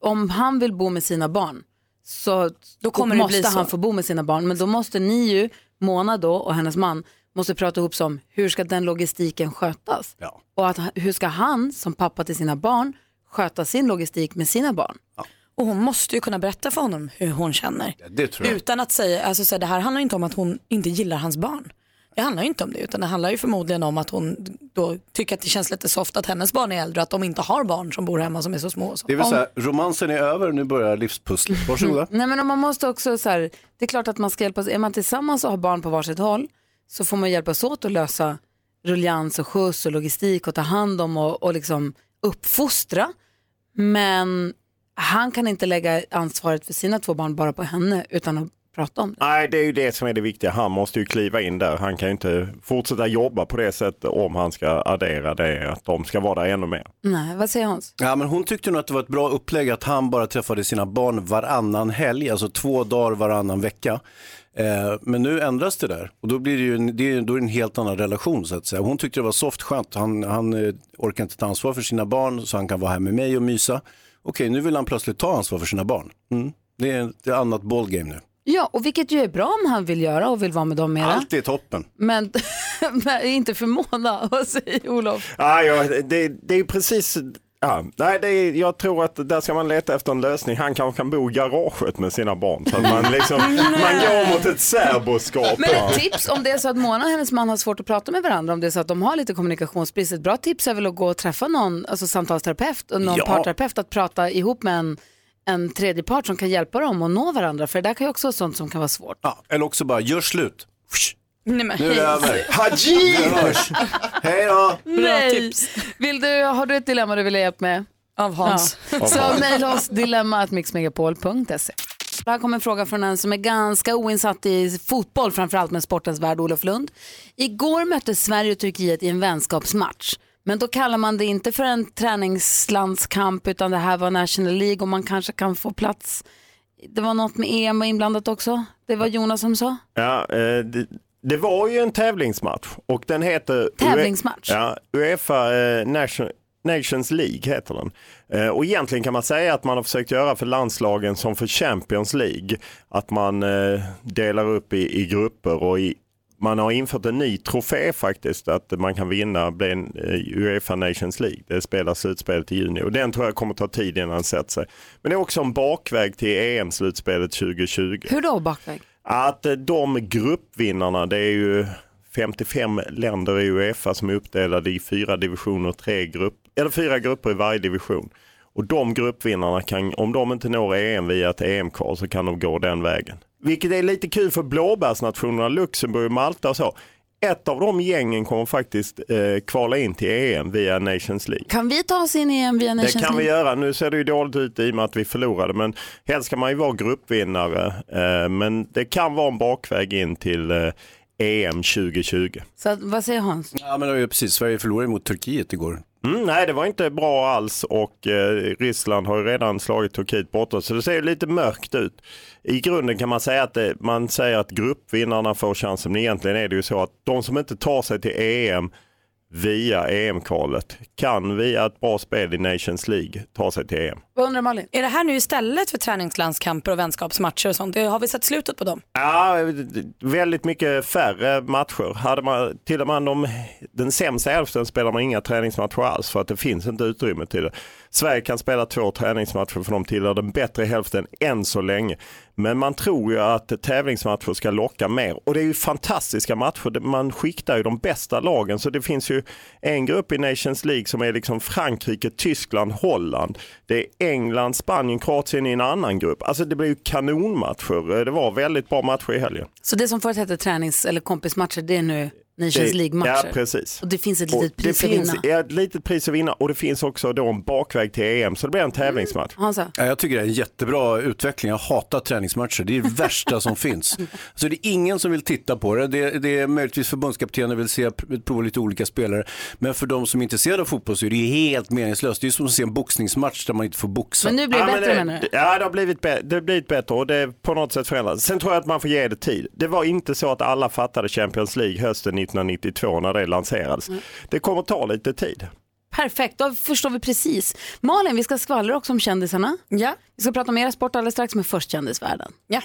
S1: om han vill bo med sina barn så då
S4: kommer det
S1: måste
S4: bli så.
S1: han få bo med sina barn. Men då måste ni ju, Mona då och hennes man, måste prata ihop sig om hur ska den logistiken skötas? Och att, hur ska han som pappa till sina barn sköta sin logistik med sina barn?
S4: Och hon måste ju kunna berätta för honom hur hon känner.
S2: Det tror jag.
S4: Utan att säga, alltså så här, det här handlar inte om att hon inte gillar hans barn. Det handlar ju inte om det utan det handlar ju förmodligen om att hon då tycker att det känns lite soft att hennes barn är äldre och att de inte har barn som bor hemma som är så små. Och så.
S2: Det är väl
S4: Om-
S2: så här, romansen är över, nu börjar livspusslet. Varsågoda.
S1: Nej men om man måste också så här, det är klart att man ska hjälpas, är man tillsammans och har barn på varsitt håll så får man hjälpas åt att lösa ruljans och skjuts och logistik och ta hand om och, och liksom uppfostra. Men han kan inte lägga ansvaret för sina två barn bara på henne utan att prata om det.
S11: Nej, det är ju det som är det viktiga. Han måste ju kliva in där. Han kan ju inte fortsätta jobba på det sättet om han ska addera det, att de ska vara där ännu mer.
S1: Nej, vad säger Hans?
S2: Ja, men hon tyckte nog att det var ett bra upplägg att han bara träffade sina barn varannan helg, alltså två dagar varannan vecka. Eh, men nu ändras det där och då blir det ju en, det är, då är det en helt annan relation så att säga. Hon tyckte det var soft, skönt. Han, han eh, orkar inte ta ansvar för sina barn så han kan vara här med mig och mysa. Okej, nu vill han plötsligt ta ansvar för sina barn. Mm. Det, är, det är ett annat ballgame nu.
S1: Ja, och vilket ju är bra om han vill göra och vill vara med dem mera.
S2: Allt är toppen.
S1: Men, men inte för Mona, vad säger Olof?
S11: Ja, ja, det, det är precis, ja, nej, det är, jag tror att där ska man leta efter en lösning. Han kanske kan bo i garaget med sina barn. Så att man, liksom, man går mot ett särboskap.
S1: Men ett tips om det är så att Mona och hennes man har svårt att prata med varandra, om det är så att de har lite kommunikationsbrist, ett bra tips är väl att gå och träffa någon alltså samtalsterapeut och någon
S12: Ja.
S1: parterapeut att prata ihop med en, en tredje part som kan hjälpa dem att nå varandra, för det där kan ju också vara sånt som kan vara svårt.
S2: Ja, eller också bara, gör slut. Fsch.
S1: Nej,
S2: Nu är det över.
S11: Haji!
S2: Vi hörs. Hej då!
S1: Nej. Vill du, har du ett dilemma du vill ha hjälp med? Av
S4: Hans. Av
S1: Så
S4: Hans.
S1: mejla oss dilemmatmixmegapol.se. Här kommer en fråga från en som är ganska oinsatt i fotboll, framförallt men sportens värld, Olof Lund. Igår mötte Sverige och Turkiet i en vänskapsmatch. Men då kallar man det inte för en träningslandskamp utan det här var National League och man kanske kan få plats. Det var något med EM var inblandat också. Det var Jonas som sa.
S11: Ja, eh, det, det var ju en tävlingsmatch och den heter E-
S1: Tävlingsmatch?
S11: Ja, Uefa eh, Nation, Nations League heter den. Eh, Och egentligen kan man säga att man har försökt göra för landslagen som för Champions League. Att man eh, delar upp i, i grupper och i, man har infört en ny trofé faktiskt att man kan vinna bli en, eh, Uefa Nations League. Det spelas slutspelet i juni och den tror jag kommer ta tid innan den sätter sig. Men det är också en bakväg till EM-slutspelet 2020.
S1: Hur då bakväg?
S11: Att eh, de gruppvinnarna, det är ju 55 länder i Uefa som är uppdelade i fyra divisioner, tre grupp, eller fyra grupper i varje division. Och de gruppvinnarna kan, om de inte når EM via ett EM-kval så kan de gå den vägen. Vilket är lite kul för blåbärsnationerna Luxemburg, Malta och så. Ett av de gängen kommer faktiskt eh, kvala in till EM via Nations League.
S1: Kan vi ta oss in i EM via Nations
S11: Det kan vi
S1: League?
S11: göra. Nu ser det ju dåligt ut i och med att vi förlorade, men helst ska man ju vara gruppvinnare. Eh, Men det kan vara en bakväg in till eh, EM 2020.
S1: Så att, vad säger Hans?
S2: Ja, men det var ju precis. Sverige förlorade mot Turkiet igår.
S11: Mm, nej, det var inte bra alls och eh, Ryssland har ju redan slagit Turkiet borta så det ser ju lite mörkt ut. I grunden kan man säga att det, man säger att gruppvinnarna får chansen, men egentligen är det ju så att de som inte tar sig till EM via EM-kvalet kan via ett bra spel i Nations League ta sig till E EM.
S1: Vad undrar Malin?
S4: Är det här nu istället för träningslandskamper och vänskapsmatcher och sånt? Har vi sett slutet på dem?
S11: Ja, väldigt mycket färre matcher. Hade man, till och med de, den sämsta hälften spelar man inga träningsmatcher alls för att det finns inte utrymme till det. Sverige kan spela två träningsmatcher för de tillhör den bättre hälften än så länge. Men man tror ju att tävlingsmatcher ska locka mer och det är ju fantastiska matcher. Man skiktar ju de bästa lagen så det finns ju en grupp i Nations League som är liksom Frankrike, Tyskland, Holland. Det är England, Spanien, Kroatien i en annan grupp. Alltså det blir ju kanonmatcher. Eh, Det var väldigt bra matcher i helgen.
S1: Så det som förut hette tränings eller kompismatcher, det är nu Nations
S11: Det-
S1: League-matcher?
S11: Ja, precis.
S1: Och det finns ett
S11: Och
S1: litet pris
S11: det
S1: att
S11: finns
S1: vinna?
S11: Ett litet pris att vinna och det finns också då en bakväg till EM så det
S1: Mm.
S11: blir en tävlingsmatch.
S1: Hansa?
S2: Ja, jag tycker det är en jättebra utveckling. Jag hatar träningsmatcher. Det är det värsta som finns. Så det är ingen som vill titta på det. Det, det är möjligtvis förbundskaptener vill se, prova lite olika spelare. Men för de som är intresserade av fotboll så är det helt meningslöst. Det är som att se en boxningsmatch där man inte får boxa.
S11: du? Ja, det har blivit, bä- det har blivit bättre och det är på något sätt förändrat. Sen tror jag att man får ge det tid. Det var inte så att alla fattade Champions League hösten 1992 när det lanserades. Det kommer ta lite tid.
S1: Perfekt, då förstår vi precis. Malin, vi ska skvallra också om kändisarna. Ja. Vi ska prata om era sport alldeles strax, men först kändisvärlden.
S4: Ja.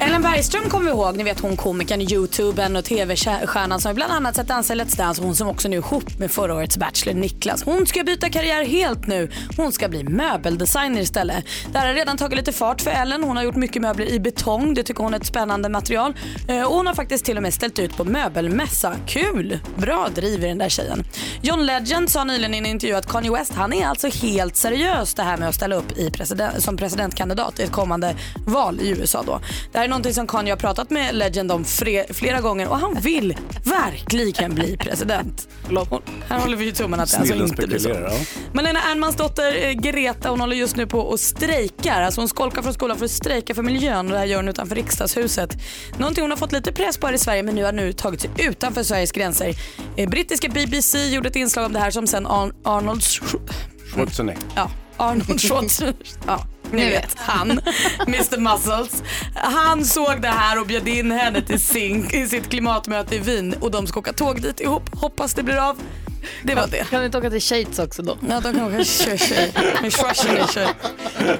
S4: Ellen Bergström kommer vi ihåg, ni vet hon komikern, youtubern och tv-stjärnan som bland annat sett dansa i Let's Dance och hon som också nu är ihop med förra årets Bachelor Niklas. Hon ska byta karriär helt nu. Hon ska bli möbeldesigner istället. Det här har redan tagit lite fart för Ellen. Hon har gjort mycket möbler i betong. Det tycker hon är ett spännande material. Eh, Och hon har faktiskt till och med ställt ut på möbelmässa. Kul! Bra driv i den där tjejen. John Legend sa nyligen i en intervju att Kanye West han är alltså helt seriös det här med att ställa upp i president, som presidentkandidat i ett kommande val i USA. Då. Det här är någonting som Kanye har pratat med Legend om fre- flera gånger och han vill verkligen bli president. Och Här håller vi ju tummen att det alltså
S2: Snillen
S4: inte blir så.
S2: spekulerar.
S11: liksom.
S2: ja.
S4: Men Lena Ernmans dotter eh, Greta hon håller just nu på och strejkar. Alltså hon skolkar från skolan för att strejka för miljön och det här gör hon utanför riksdagshuset. Någonting hon har fått lite press på här i Sverige men nu har nu tagit sig utanför Sveriges gränser. Eh, Brittiska BBC gjorde ett inslag om det här som sen Ar- Arnold Schwar-
S2: Schwarzenegger.
S4: Ja, Arnold Schwarzenegger. Ja, ni vet, han, Mr Muscles. Han såg det här och bjöd in henne till sin, i sitt klimatmöte i Wien och de ska åka tåg dit ihop. Hoppas det blir av. Det var det. Mm.
S1: Kan du inte åka till Shades också då?
S4: Ja, de kan åka till Shades. Med Schwarzenegger.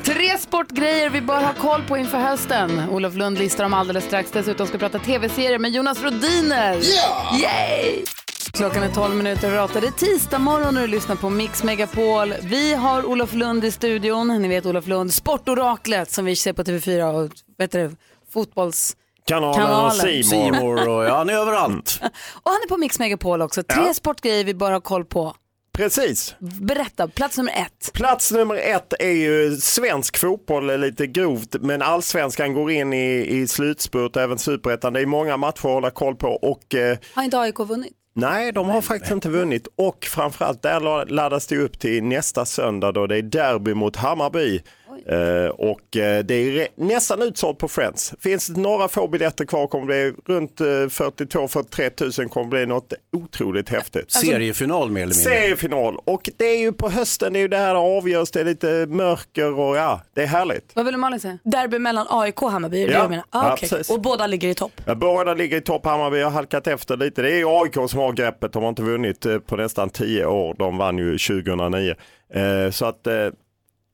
S1: Tre sportgrejer vi bör ha koll på inför hösten. Olof Lund listar dem alldeles strax. Dessutom ska vi prata tv-serier med Jonas Rodiner.
S3: Ja!
S1: Yay! Klockan är 12 minuter över 8. Det är tisdag morgon och du lyssnar på Mix Megapol. Vi har Olof Lund i studion. Ni vet Olof Lund, sportoraklet som vi ser på TV4 och vad heter det, fotbolls...
S11: Kanalen och Mm. C More.
S2: Seymour och ja, han är överallt.
S1: Och han är på Mix Megapol också. Tre
S11: Ja.
S1: sportgrejer vi bör ha koll på.
S11: Precis.
S1: Berätta, plats nummer ett.
S11: Plats nummer ett är ju svensk fotboll är lite grovt men allsvenskan går in i, i slutspurt även superettan. Det är många matcher att hålla koll på och eh,
S1: Har inte AIK vunnit?
S11: Nej, de har faktiskt inte vunnit och framförallt där la- laddas det upp till nästa söndag då det är derby mot Hammarby. Eh, och eh, det är re- nästan utsålt på Friends. Finns det några få biljetter kvar kommer det bli runt eh, 42-43 000 kommer det bli något otroligt häftigt.
S2: Seriefinal mer eller mindre.
S11: Alltså, Seriefinal och det är ju på hösten, det är ju det här det avgörs, det är lite mörker och ja, det är härligt.
S1: Vad ville Malin säga?
S4: Derby mellan AIK och Hammarby, är det
S11: Ja,
S4: du menar? Ah,
S11: ja,
S4: okej.
S11: precis.
S4: Och båda ligger i topp.
S11: Ja, Båda ligger i topp, Hammarby har halkat efter lite. Det är ju AIK som har greppet, de har inte vunnit eh, på nästan 10 år. De vann ju 2009. Eh, Så att eh,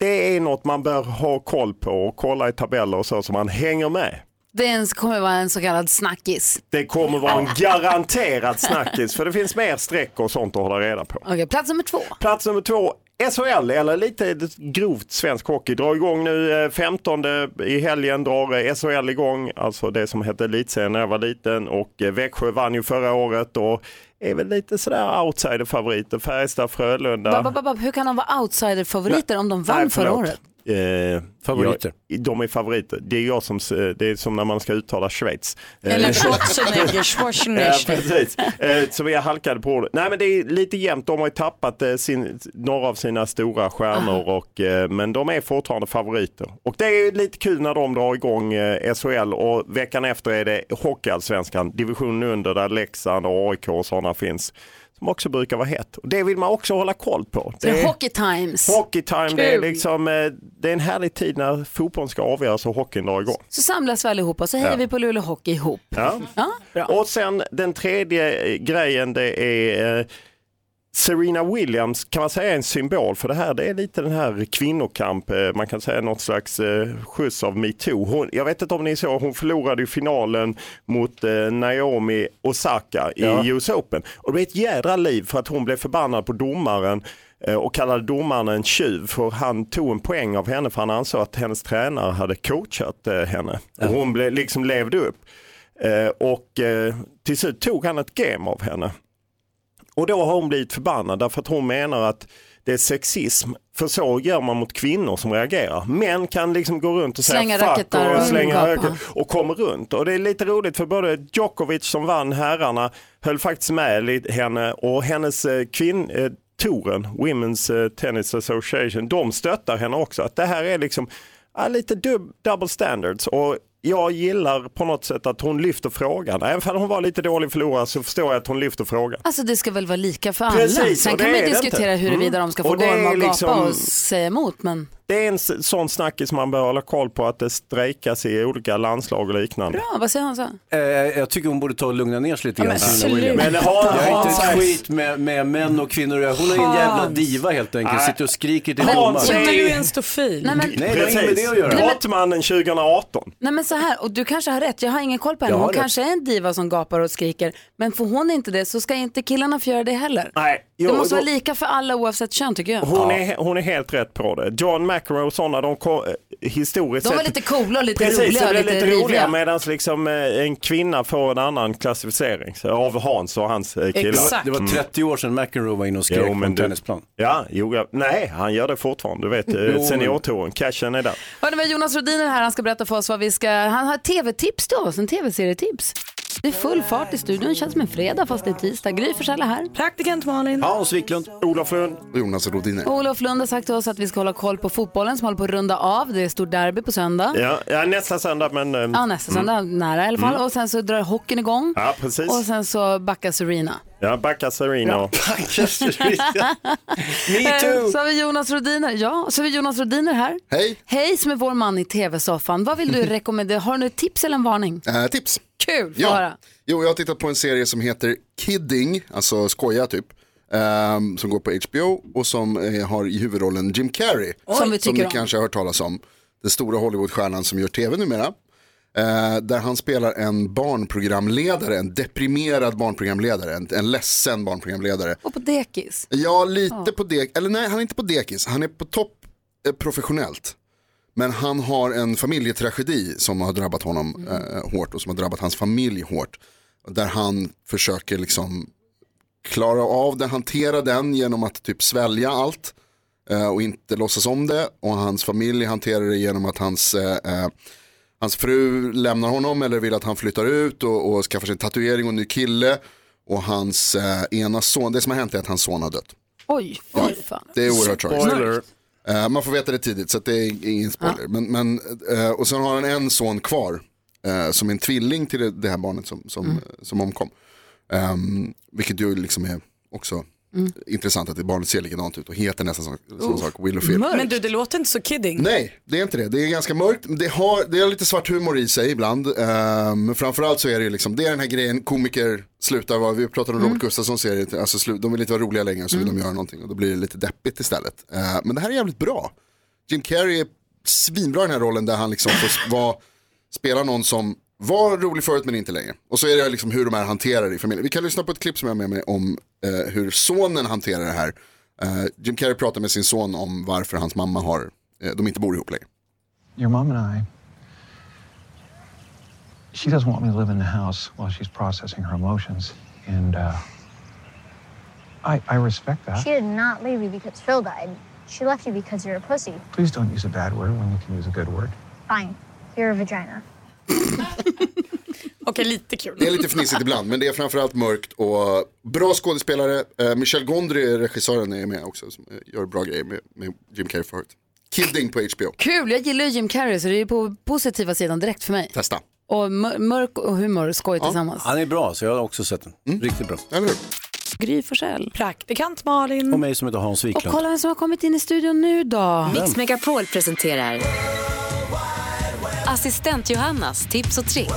S11: det är något man bör ha koll på och kolla i tabeller och så, så man hänger med.
S1: Det är en- kommer vara en så kallad snackis.
S11: Det kommer vara en garanterad snackis, för det finns mer streck och sånt att hålla reda på.
S1: Okej, plats nummer två.
S11: Plats nummer två, SHL, eller lite grovt svensk hockey, drar igång nu eh, 15 i helgen drar eh, SHL igång, alltså det som hette elitserien när jag var liten och eh, Växjö vann ju förra året och är väl lite sådär outsider-favoriter, Färjestad, Frölunda.
S1: Ba, ba, ba, hur kan de vara outsider-favoriter om de vann
S11: Nej,
S1: förra
S11: förlåt.
S1: året?
S11: Eh,
S2: Favoriter.
S11: Jag, de är favoriter. Det är, jag som, s- eh, det är som när man ska uttala Schweiz. Eh,
S4: Eller Schwarzenegger, Schwarzenegger.
S11: Ja, precis. Eh, Som jag halkade på ordet. Nej men det är lite jämnt. De har ju tappat eh, sin, några av sina stora stjärnor.
S1: Ah.
S11: Och, eh, men de är fortfarande favoriter. Och det är ju lite kul när de drar igång eh, SHL. Och veckan efter är det Hockeyallsvenskan. Divisionen under där Leksand och AIK och sådana finns. Som också brukar vara hett. Och det vill man också hålla koll på.
S1: Det är
S11: är-
S1: Hockey Times.
S11: Hockey time, det är,
S1: Kul.
S11: liksom, eh, det är en härlig tid när fotbollen ska avgöras och hockeyn drar igång.
S1: Så samlas vi allihopa så hejar
S11: Ja.
S1: vi på Luleå Hockey ihop.
S11: Ja. Och sen den tredje eh, grejen det är eh, Serena Williams kan man säga är en symbol för det här. Det är lite den här kvinnokamp, eh, man kan säga något slags eh, skjuts av metoo. Hon, jag vet inte om ni såg, hon förlorade ju finalen mot eh, Naomi Osaka i
S2: Ja.
S11: US Open. Och det blev ett jädra liv för att hon blev förbannad på domaren eh, och kallade domaren en tjuv för han tog en poäng av henne för han ansåg att hennes tränare hade coachat eh, henne. Och hon blev, liksom levde upp. Eh, Och eh, till slut tog han ett game av henne. Och då har hon blivit förbannad därför att hon menar att det är sexism. För så gör man mot kvinnor som reagerar. Män kan liksom gå runt och säga
S1: Slänga
S11: fuck
S1: racketar
S11: och,
S1: och
S11: slänga
S1: gapa.
S11: racketar och kommer runt. Och det är lite roligt för både Djokovic som vann herrarna höll faktiskt med lite henne och hennes eh, kvinn eh, Toren, Women's eh, Tennis Association, de stöttar henne också. Att det här är liksom ja, lite dub, double standards. Och jag gillar på något sätt att hon lyfter frågan. Även om hon var lite dålig förlorare så förstår jag att hon lyfter frågan.
S1: Alltså det ska väl vara lika för alla.
S11: Precis,
S1: Sen
S11: och
S1: kan
S11: det
S1: man ju
S11: är det
S1: diskutera
S11: inte.
S1: huruvida
S11: Mm.
S1: de ska få
S11: Och det
S1: gorma
S11: är
S1: och gapa
S11: liksom-
S1: och säga emot. Men
S11: Det är en s- sån snackis man bör hålla koll på att det strejkas i olika landslag och liknande.
S1: ja, vad säger han så?
S2: Eh, jag tycker hon borde ta och lugna ner sig lite grann. Serena
S11: sluta.
S2: Williams.
S11: Men har-
S2: jag är inte
S11: har-
S2: ett skit med, med män och kvinnor Hon är en jävla
S11: Hans.
S2: diva helt enkelt.
S11: Nej.
S2: Sitter och skriker till
S11: Men-
S2: domaren.
S11: Jo, men du är en
S4: stofil.
S1: Nej, men-
S2: Nej, det har inget med det att göra.
S11: Brottmannen 2018.
S1: Nej men så här, och du kanske har rätt, jag har ingen koll på henne.
S11: Jag har
S1: Hon
S11: rätt.
S1: kanske är en diva som gapar och skriker. Men får hon inte det så ska inte killarna få göra det heller.
S11: Nej,
S1: det
S11: jo,
S1: måste
S11: då-
S1: vara lika för alla oavsett kön tycker jag.
S11: Hon, är, hon är helt rätt på det. John McEnroe och sådana, de kom, eh, historiskt
S12: De var
S11: sett-
S12: lite coola och lite
S11: Precis,
S12: roliga
S11: de
S12: och
S11: blev
S12: lite
S11: lite roliga
S12: roliga.
S11: medan liksom eh, en kvinna får en annan klassificering så, av Hans och hans eh, killar.
S12: Exakt.
S2: Det var 30 år sedan McEnroe var inne och skrek
S11: Jo,
S2: på
S11: men
S2: en
S11: du-
S2: tennisplan.
S11: Ja, jo, jag, nej, han gör det fortfarande. Du vet,
S2: Jo,
S11: eh,
S2: men-
S11: seniortouren, cashen är där.
S1: Hörni, vi har Jonas Rhodiner här. Han ska berätta för oss vad vi ska... Han har ett tv-tips till oss, en tv-serietips.
S12: Det är full fart i studion, känns som en fredag fast det är tisdag. Gry Forssell är här.
S4: Praktikant Malin.
S2: Hans Wiklund.
S11: Olof Lund.
S7: Jonas Rodiner.
S1: Och Olof Lund har sagt till oss att vi ska hålla koll på fotbollen som håller på att runda av. Det är stort derby på söndag.
S11: Ja, ja, nästa söndag men... eh,
S1: Ja, nästa
S11: mm.
S1: söndag, nära i alla fall.
S11: Mm.
S1: Och sen så drar hockeyn igång.
S11: Ja, precis.
S1: Och sen så backar Serena.
S11: Ja, backa Serena. och-
S1: Me too! Eh, Så har vi Jonas Rodiner, ja, så har vi Jonas Rodiner här.
S7: Hej!
S1: Hej, som är vår man i tv-soffan. Vad vill du rekommendera? Har du ett tips eller en varning?
S7: Eh, tips.
S1: Kul, få
S7: Ja.
S1: höra.
S7: Jo, jag har tittat på en serie som heter Kidding, alltså skoja typ. ehm, som går på HBO och som eh, har i huvudrollen Jim Carrey.
S1: Oj. Som vi tycker
S7: ni
S1: om.
S7: kanske har hört talas om. Den stora Hollywoodstjärnan som gör tv numera. Eh, där han spelar en barnprogramledare, en deprimerad barnprogramledare, en, en ledsen barnprogramledare.
S1: Och på dekis.
S7: Ja, lite
S1: Ja.
S7: på dek. Eller nej, han är inte på dekis. Han är på topp eh, professionellt. Men han har en familjetragedi som har drabbat honom eh, hårt och som har drabbat hans familj hårt. Där han försöker liksom klara av det, hantera den genom att typ svälja allt eh, och inte låtsas om det. Och hans familj hanterar det genom att hans, eh, eh, hans fru lämnar honom eller vill att han flyttar ut och, och skaffar sig en tatuering och en ny kille. Och hans eh, ena son, det som har hänt är att hans son har dött.
S1: Oj, fy fan.
S7: Det är oerhört
S1: Spoiler.
S7: tragiskt. Eh, man får veta det tidigt så att det är ingen spoiler. Men, men, eh, och sen har han en son kvar eh, som är en tvilling till det, det här barnet som, som,
S1: Mm.
S7: eh, som omkom. Ehm, vilket ju liksom är också
S4: Mm.
S7: intressant att det barnet ser likadant ut och heter nästan som, som
S4: Uff,
S7: sak, Will och Phil.
S4: Men du, det låter inte så kidding.
S7: Nej, det är inte det. Det är ganska mörkt. Det har, det har lite svart humor i sig ibland. Eh, Men framförallt så är det ju liksom, det är den här grejen, komiker slutar vara, vi pratade om Robert Gustafsson serie, alltså slu- de vill inte vara roliga längre så vill de göra någonting och då blir det lite deppigt istället. Eh, Men det här är jävligt bra. Jim Carrey är svinbra i den här rollen där han liksom får s- vara, spela någon som var rolig förut men inte längre. Och så är det liksom hur de här hanterar det i familjen. Vi kan lyssna på ett klipp som jag har med mig om eh, hur sonen hanterar det här. Eh, Jim Carrey pratar med sin son om varför hans mamma har, eh, de inte bor ihop längre.
S13: Your mom and I, she doesn't want me to live in the house while she's processing her emotions. And uh, I, I respect that.
S14: She did not leave you because Phil died. She left you because you're a pussy.
S13: Please don't use a bad word when you can use a good word.
S14: Fine. You're a vagina.
S4: Okej, lite kul.
S7: Det är lite fnissigt ibland men det är framförallt mörkt och bra skådespelare. Eh, Michel Gondry, regissören, är med också som eh, gör bra grejer med, med Jim Carrey förut. Kidding på HBO.
S1: Kul, jag gillar ju Jim Carrey så det är ju på positiva sidan direkt för mig.
S7: Testa.
S1: Och mör- mörk och humor, skoj tillsammans.
S2: Han är bra, så jag har också sett den. Riktigt bra.
S7: Eller hur?
S1: Gry Forssell.
S4: Praktikant Malin.
S2: Och mig som heter Hans
S1: Och
S2: Wiklund.
S1: kolla vem som har kommit in i studion nu då.
S2: Vem? Mix
S1: Megapol presenterar
S15: Assistent Johannas tips och tricks.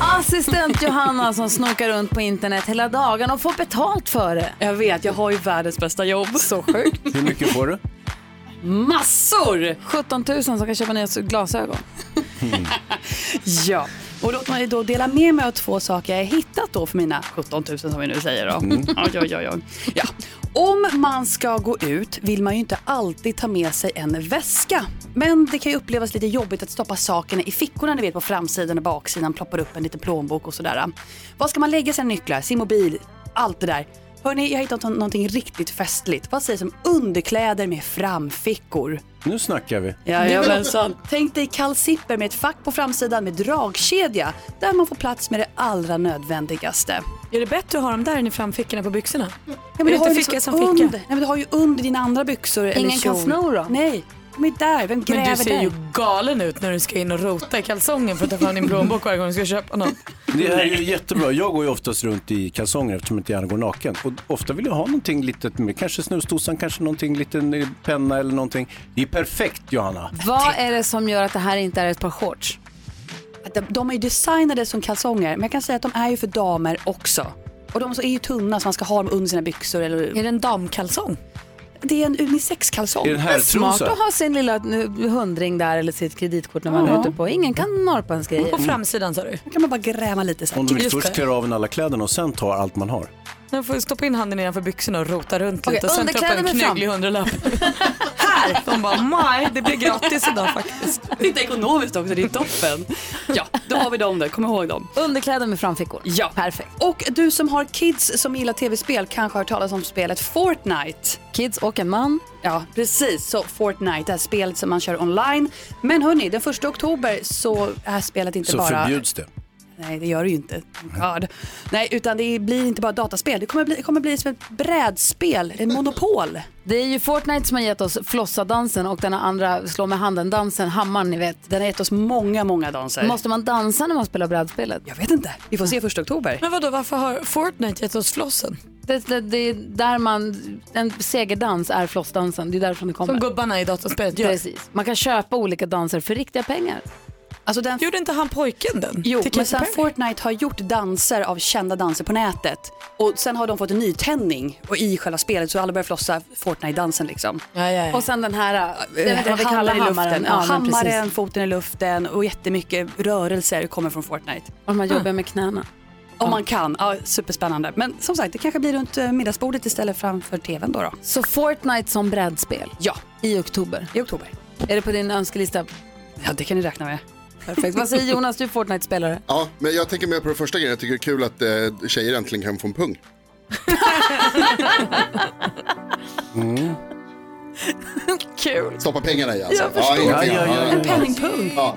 S1: Assistent Johanna som snokar runt på internet hela dagen och får betalt för det.
S12: Jag vet, jag har ju världens bästa jobb.
S1: Så sjukt.
S2: Hur mycket får du?
S12: Massor!
S1: 17 000 som kan köpa nya glasögon.
S12: Ja, och låt mig då dela med mig av två saker jag har hittat då för mina 17 000 som vi nu säger då.
S3: Mm.
S12: Oj, oj, oj, oj. Ja. Om man ska gå ut vill man ju inte alltid ta med sig en väska. Men det kan ju upplevas lite jobbigt att stoppa sakerna i fickorna, ni vet på framsidan och baksidan, ploppar upp en liten plånbok och sådär. Var ska man lägga sina nycklar, sin mobil, allt det där? Hörni, jag har hittat nå- någonting riktigt festligt. Vad sägs om underkläder med framfickor?
S2: Nu snackar vi.
S12: Jajamensan. Tänk dig kalsipper med ett fack på framsidan med dragkedja där man får plats med det allra nödvändigaste.
S4: Är det bättre att ha dem där än i framfickorna på byxorna?
S12: Ja,
S4: är det
S12: du har
S4: inte
S12: ju
S4: ficka
S12: liksom
S4: som ficka?
S12: Under, nej, men du har ju under dina andra byxor eller
S4: Ingen kan
S12: kjol.
S4: sno
S1: då?
S12: Nej, de är där. Vem gräver
S4: Men du
S12: där?
S4: ser ju galen ut när du ska in och rota i kalsongen för att ta fram din plånbok varje gång du ska köpa något.
S2: Det här är ju jättebra. Jag går ju oftast runt i kalsonger eftersom jag inte gärna går naken. Och ofta vill jag ha någonting litet mer. Kanske snusdosan, kanske någonting liten eh, penna eller någonting. Det är perfekt Johanna.
S1: Vad är det som gör att det här inte är ett par shorts?
S12: Att de, de är ju designade som kalsonger, men jag kan säga att de är ju för damer också. Och de så är ju tunna så man ska ha dem under sina byxor. Eller... Är det en damkalsong? Det är en unisexkalsong.
S2: Är det en herrtrosa?
S1: Smart att ha sin lilla eh, hundring där eller sitt kreditkort när man är
S12: Ja.
S1: ute på. Ingen kan norpa ens
S12: Mm.
S1: grejer.
S4: På framsidan sa du?
S12: Då kan man bara gräma lite så här.
S2: Om de inte
S12: Just
S2: först
S12: det.
S2: klär av en alla kläderna och sen tar allt man har.
S4: Nu får du stoppa in handen innanför byxorna och rota runt
S1: Okej,
S4: lite och sen ta upp
S1: underkläder
S4: en
S1: med fram.
S4: knögglig hundralapp. Här! De bara, maj, det blir gratis idag faktiskt.
S16: Titta ekonomiskt också, det är toppen. Ja, då har vi dem där, kom ihåg dem.
S12: Underkläder med framfickor.
S16: Ja.
S12: Perfekt. Och du som har kids som gillar tv-spel kanske har hört talas om spelet Fortnite.
S1: Kids och en man.
S12: Ja, precis. Så Fortnite, det här spelet som man kör online. Men hörni, den 1 oktober så är spelet inte
S2: Så
S12: bara...
S2: förbjuds det.
S12: Nej, det gör det ju inte. Thank God. Nej, utan det blir inte bara dataspel. Det kommer bli, det kommer bli som ett brädspel, ett monopol.
S1: Det är ju Fortnite som har gett oss flossadansen och den här andra slå med handen-dansen, hammaren ni vet.
S12: Den har gett oss många, många danser.
S1: Måste man dansa när man spelar brädspelet?
S12: Jag vet inte. Vi får se 1 oktober.
S4: Men vadå, varför har Fortnite gett oss flossen?
S1: Det, det, det är där man, en segerdans är flossdansen, det är därifrån det kommer.
S4: Som gubbarna i datorspelet gör.
S1: Precis. Man kan köpa olika danser för riktiga pengar.
S12: Alltså den...
S4: Gjorde inte han pojken den?
S12: Jo,
S4: Till
S12: men
S4: Katy
S12: sen
S4: Perry?
S12: Fortnite har gjort danser av kända danser på nätet. Och sen har de fått en ny tändning och i själva spelet så alla börjar flossa Fortnite-dansen liksom.
S1: Och sen den här,
S4: Eh,
S1: jag vet inte vad vi
S12: Handen
S1: kallar
S12: i luften.
S1: hammaren.
S12: Ja,
S1: men precis.
S12: hammaren, foten i luften och jättemycket rörelser kommer från Fortnite.
S1: Om man jobbar med knäna.
S12: Om man kan. Ja, superspännande. Men som sagt, det kanske blir runt eh, middagsbordet istället framför tvn då. då.
S1: Så Fortnite som brädspel?
S12: Ja.
S1: I oktober?
S12: I oktober.
S1: Är det på din önskelista?
S12: Ja, det kan ni räkna med.
S1: Perfekt. Vad säger Jonas, du är Fortnite-spelare?
S7: Ja, men jag tänker mer på den första grejen. Jag tycker det är kul att eh, tjejer äntligen kan få en pung.
S4: Kul.
S7: Stoppa pengarna i alltså.
S1: Jag förstår.
S7: ingenting.
S1: Ja, ja, ja, ja. En
S12: penningpung.
S7: Ja.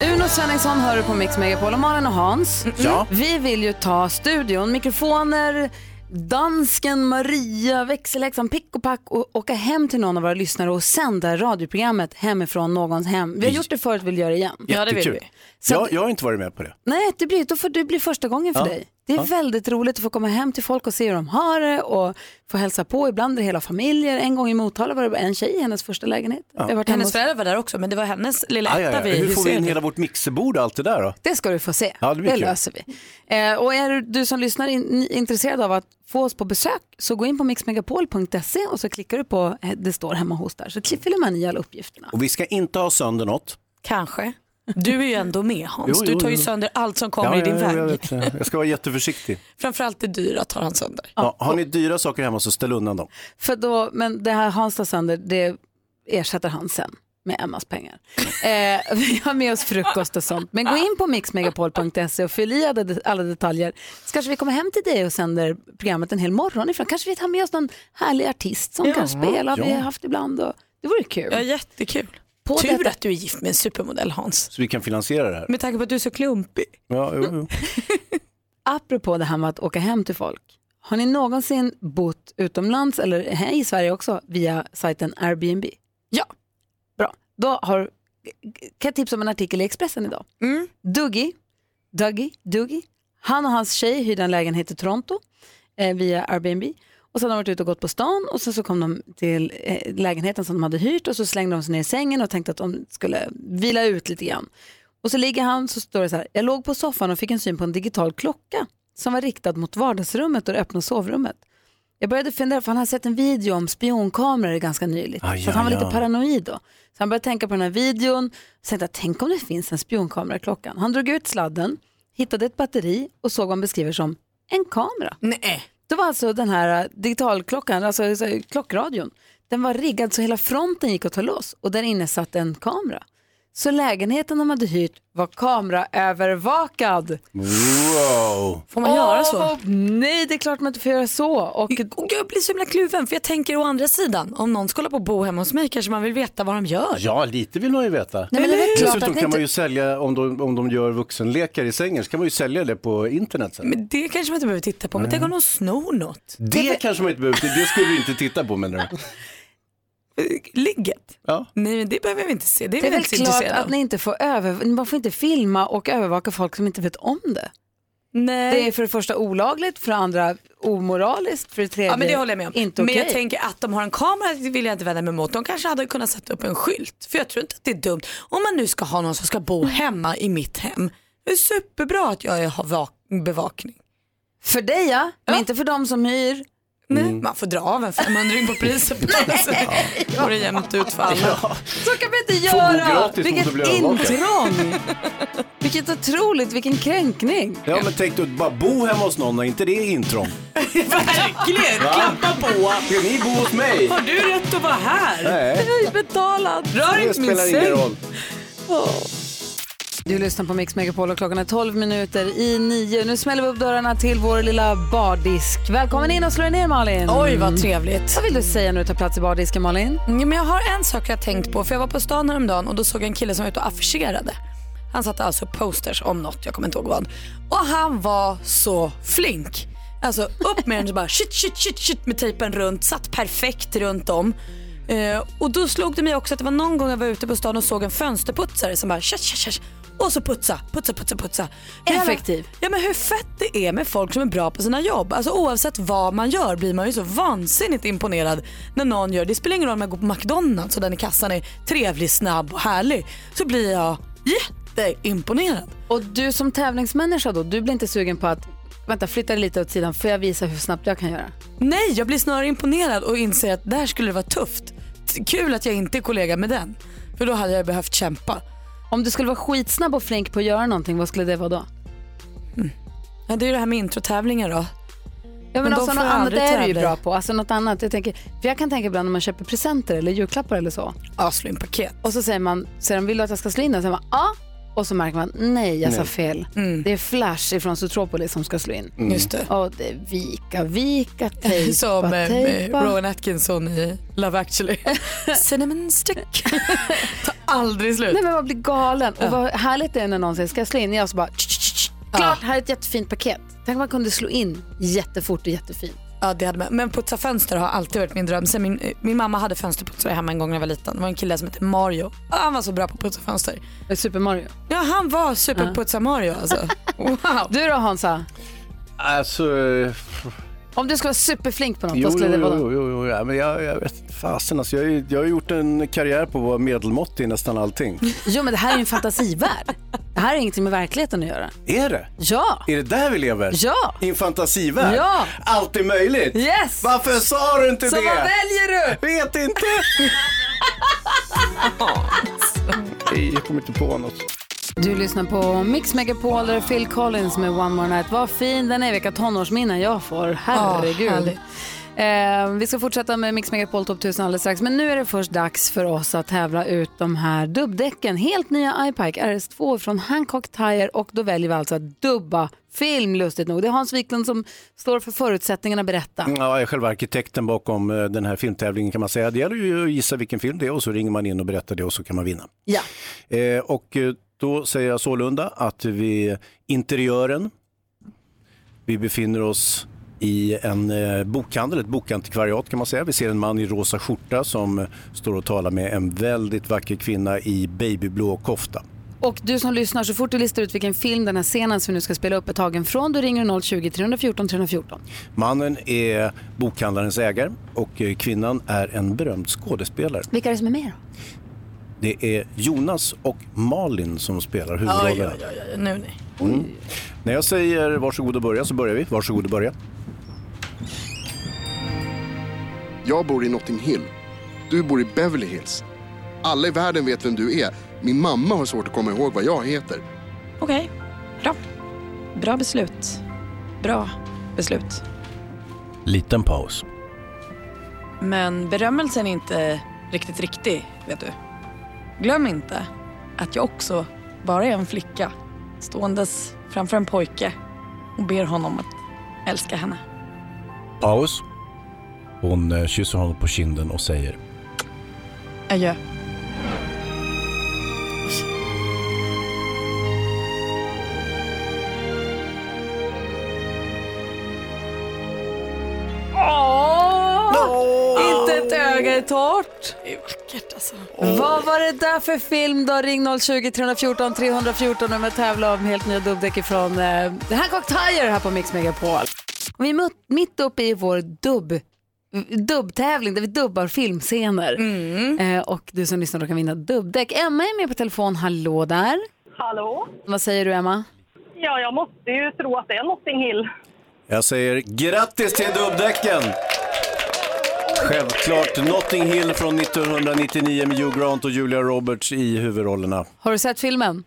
S1: Uno Svenningsson hör du på Mix Megapol och Malin och Hans.
S3: Ja.
S1: Vi vill ju ta studion, mikrofoner, dansken, Maria, växelhäxan, pick och pack och åka hem till någon av våra lyssnare och sända radioprogrammet hemifrån någons hem. Vi har gjort det förut, vill göra det igen.
S2: Jättekul. Jag, jag har inte varit med på det.
S1: Nej, det blir, då får det bli första gången för
S2: Ja.
S1: dig. Det är
S2: Ja.
S1: väldigt roligt att få komma hem till folk och se hur de har det och få hälsa på. Ibland är det hela familjer. En gång i Motala var det bara en tjej i hennes första lägenhet. Jag har varit hemma
S4: Hennes
S1: hos-
S4: föräldrar var där också, men det var hennes lilla
S2: Aj,
S4: etta
S2: aj, aj.
S4: vi
S2: Hur får vi in
S4: huserade.
S2: hela vårt mixerbord och allt det där då?
S1: Det ska du få se.
S2: Ja, det blir kul.
S1: löser vi. Eh, och är du som lyssnar in, ni- intresserad av att få oss på besök så gå in på mixmegapol.se och så klickar du på eh, det står hemma hos där så kli- fyller man i alla uppgifterna.
S2: Och vi ska inte ha sönder något.
S4: Kanske. Du är ju ändå med Hans.
S2: Jo,
S4: du
S2: jo,
S4: tar ju
S2: jo.
S4: sönder allt som kommer
S2: Ja,
S4: i din
S2: ja, ja,
S4: väg.
S2: Jag, vet, det. jag ska vara jätteförsiktig.
S4: Framförallt det dyra tar han sönder.
S2: Ja, har ni dyra saker hemma så ställ undan dem.
S1: För då, men det här Hans tar sönder, det ersätter han sen med Emmas pengar. Eh, vi har med oss frukost och sånt. Men gå in på mixmegapol.se och fyll i alla det- alla detaljer. Så kanske vi kommer hem till dig och sänder programmet en hel morgon ifrån. Kanske vi tar med oss någon härlig artist som
S4: Ja.
S1: kan spela. Vi
S4: Ja.
S1: har haft ibland. Och, det vore kul.
S4: Ja, jättekul.
S1: På
S4: Tur
S1: detta-
S4: att du är gift med en supermodell Hans.
S2: Så vi kan finansiera det här.
S4: Med tanke på att du är så klumpig.
S2: Ja, jo, jo.
S1: Apropå det här med att åka hem till folk. Har ni någonsin bott utomlands eller här i Sverige också via sajten Airbnb? Ja. Bra. Då har, kan jag tipsa om en artikel i Expressen idag. Mm. Dougie, Dougie, Dougie, han och hans tjej hyrde en lägenhet i Toronto eh, via Airbnb. Och sen har de varit ute och gått på stan och sen så kom de till eh, lägenheten som de hade hyrt och så slängde de sig ner i sängen och tänkte att de skulle vila ut lite grann. Och så ligger han så står det så här, jag låg på soffan och fick en syn på en digital klocka som var riktad mot vardagsrummet och det öppna sovrummet. Jag började fundera, för han hade sett en video om spionkameror ganska nyligt.
S3: Aj,
S1: så att han var
S3: aj,
S1: lite
S3: aj.
S1: paranoid då. Så han började tänka på den här videon, och tänkte jag, tänk om det finns en spionkamera i klockan. Han drog ut sladden, hittade ett batteri och såg vad han beskriver som en kamera.
S4: Nej.
S1: Det var alltså den här eh, digitalklockan, alltså så här, klockradion. Den var riggad så hela fronten gick att ta loss och där inne satt en kamera. Så lägenheten de hade hyrt var kameraövervakad.
S2: Wow.
S4: Får man göra så?
S1: Åh, Nej, det är klart man inte får göra så. Och...
S4: Jag blir så himla kluven för jag tänker å andra sidan, om någon ska hålla på och bo hemma hos mig kanske man vill veta vad de gör.
S2: Ja, lite vill man ju veta.
S4: men det är väl klart att
S2: Dessutom
S4: det
S2: kan
S4: inte-
S2: man ju sälja, om de, om de gör vuxenlekar i sängen, så kan man ju sälja det på internet sen.
S4: Men det kanske man inte behöver titta på, men tänk om någon snor något.
S2: det kanske man inte behöver, det skulle du inte titta på menar du?
S4: Eh, Ligget.
S2: Ja.
S4: Nej men det behöver vi inte se, det är,
S1: Det
S4: vi
S1: är väl
S4: inte
S1: klart
S4: intresserade
S1: att
S4: av.
S1: ni inte får över... man får inte filma och övervaka folk som inte vet om det.
S4: Nej.
S1: Det är för det första olagligt, för det andra omoraliskt, för det tredje
S4: Ja men det håller jag med om.
S1: inte okej.
S4: Men jag tänker att de har en kamera det vill jag inte vända mig emot. De kanske hade kunnat sätta upp en skylt. För jag tror inte att det är dumt. Om man nu ska ha någon som ska bo
S1: Mm.
S4: hemma i mitt hem. Det är superbra att jag har vak- bevakning.
S1: För dig ja, men inte för de som hyr.
S4: Nej, man får dra av en 500 på priset på den, så går det jämnt ut för alla.
S1: Ja. Så kan vi inte
S4: Får
S1: göra!
S4: gå gratis om
S1: Vilket
S4: du blir övervakad.
S1: intrång! Vilket otroligt, vilken kränkning.
S2: Ja, men tänk du att bara bo hemma hos någon, är inte det intrång?
S1: Verkligen!
S2: Klappa på! Ska ni bo hos mig?
S1: Har du rätt att vara här?
S2: Nej.
S1: Jag är betalad. Rör
S2: Det
S1: inte min
S2: spelar ingen
S1: säng.
S2: roll.
S1: Åh. Du lyssnar på Mix Megapol och klockan är 12 minuter i 9. Nu smäller vi upp dörrarna till vår lilla bardisk. Välkommen in och slå er ner Malin.
S4: Oj, vad trevligt.
S1: Vad vill du säga när du tar plats i bardisken Malin?
S4: Ja, men jag har en sak jag har tänkt på. För Jag var på stan häromdagen och då såg jag en kille som var ute och affischerade. Han satte alltså upp posters om något, jag kommer inte ihåg vad. Och han var så flink. Alltså upp med den så bara shit, shit, shit, shit med tejpen runt. Satt perfekt runt om. Eh, och då slog det mig också att det var någon gång jag var ute på stan och såg en fönsterputsare som bara shit, shit, shit. Och så putsa, putsa, putsa, putsa.
S12: Effektiv.
S4: Ja men hur fett det är med folk som är bra på sina jobb. Alltså oavsett vad man gör blir man ju så vansinnigt imponerad när någon gör det. spelar ingen roll om jag går på McDonalds och den i kassan är trevlig, snabb och härlig. Så blir jag jätteimponerad.
S1: Och du som tävlingsmänniska då, du blir inte sugen på att vänta, flytta dig lite åt sidan, får jag visa hur snabbt jag kan göra?
S4: Nej, jag blir snarare imponerad och inser att där skulle det vara tufft. T- Kul att jag inte är kollega med den. För då hade jag behövt kämpa.
S1: Om du skulle vara skitsnabb och flink på att göra någonting, vad skulle det vara då?
S4: Ja, det är ju det här med introtävlingar då.
S1: Ja, men
S4: de
S1: alltså
S4: får
S1: något
S4: jag
S1: annat
S4: aldrig
S1: är du ju
S4: tävla i.
S1: bra på. Alltså något annat. Jag, tänker, för jag kan tänka ibland när man köper presenter eller julklappar eller så.
S4: Ja, slå in paket.
S1: Och så säger man, säger de, vill du att jag ska slå in den? Så säger man, ja. Och så märker man, nej jag sa
S4: Nej.
S1: fel. Det är Flash ifrån Zootropolis som ska slå in.
S4: Mm. Just det.
S1: Och det är vika, vika, tejpa,
S4: Som eh, eh,
S1: tejpa.
S4: Rowan Atkinson i Love actually. Cinnamon stick. Ta aldrig slut.
S1: Nej men man blir galen. Och vad härligt det är när någon säger, ska jag slå in? Jag så bara, tsch, tsch, tsch. klart här är ett jättefint paket. Tänk om man kunde slå in jättefort och jättefint.
S4: Ja, det hade man. Men putsa fönster har alltid varit min dröm. Sen min, min mamma hade fönsterputsare hemma en gång när jag var liten. Det var en kille som hette Mario. Ja, han var så bra på att putsa fönster.
S1: Super Mario?
S4: Ja, han var superputsa Mario alltså. Wow.
S1: Du då Hansa?
S2: Alltså... eh,
S1: Om du skulle vara superflink på något,
S2: Jo,
S1: vad
S2: jo,
S1: skulle det vara då?
S2: jo, jo, jo, ja, men jag, jag vet inte fasen. Alltså, jag, har ju- jag har gjort en karriär på att vara medelmåttig i nästan allting.
S1: Jo men det här är ju en fantasivärld. Det här är ingenting med verkligheten att göra.
S2: Är det?
S1: Ja.
S2: Är det där vi lever?
S1: Ja.
S2: I en fantasivärld?
S1: Ja.
S2: Allt är möjligt?
S1: Yes!
S2: Varför sa du inte
S3: Så
S2: det?
S3: vad
S2: väljer du? Vet inte. Nej, jag kommer inte på något.
S1: Du lyssnar på Mix Megapol där Phil Collins med One More Night. Vad fin den är, vilka tonårsminnen jag får.
S4: Ja,
S1: Herregud.
S4: härligt.
S1: eh, vi ska fortsätta med Mix Megapol Top 1000 alldeles strax. Men nu är det först dags för oss att tävla ut de här dubbdäcken. Helt nya iPike RS2 från Hancock Tire och då väljer vi alltså att dubba film, lustigt nog. Det är Hans Wiklund som står för förutsättningarna. Berätta.
S2: Ja, jag är själva arkitekten bakom eh, den här filmtävlingen kan man säga. Det gäller ju att gissa vilken film det är och så ringer man in och berättar det och så kan man vinna.
S1: Ja.
S2: Eh, och eh, då säger jag sålunda att vi, interiören, vi befinner oss i en eh, bokhandel, ett bokantikvariat kan man säga. Vi ser en man i rosa skjorta som eh, står och talar med en väldigt vacker kvinna i babyblå kofta.
S1: Och du som lyssnar, så fort du listar ut vilken film den här scenen som vi nu ska spela upp är tagen från, då ringer du 020 314 314.
S2: Mannen är bokhandlarens ägare och eh, kvinnan är en berömd skådespelare.
S1: Vilka är det som är med då?
S2: Det är Jonas och Malin som spelar
S4: Oj,
S2: huvudrollerna.
S4: oj, oj, oj, nu nej.
S2: Mm. När jag säger varsågod och börja så börjar vi. Varsågod och börja.
S7: Jag bor i Notting Hill. Du bor i Beverly Hills. Alla i världen vet vem du är. Min mamma har svårt att komma ihåg vad jag heter.
S16: Okej, bra. Bra beslut. Bra beslut.
S2: Liten paus.
S16: Men berömmelsen är inte riktigt riktig, vet du. Glöm inte att jag också bara är en flicka ståendes framför en pojke och ber honom att älska henne.
S2: Paus. Hon eh, kysser honom på kinden och säger
S16: Adjö.
S1: Åh! Inte ett öga är torrt.
S16: Det är vackert alltså.
S1: Vad var det där för film då? Ring 020 314 314 om jag tävlar om helt nya dubbdäck ifrån eh, Hancock Tire här på Mix Megapol. Och vi är mut- mitt uppe i vår dubb dubbtävling där vi dubbar filmscener.
S16: Mm.
S1: Eh, och du som lyssnar då kan vinna dubbdäck. Emma är med på telefon. Hallå där.
S9: Hallå?
S1: Vad säger du Emma?
S9: Ja, jag måste ju tro att det är Notting Hill.
S2: Jag säger grattis till dubbdäcken! Självklart Notting Hill från 1999 med Hugh Grant och Julia Roberts i huvudrollerna.
S1: Har du sett filmen?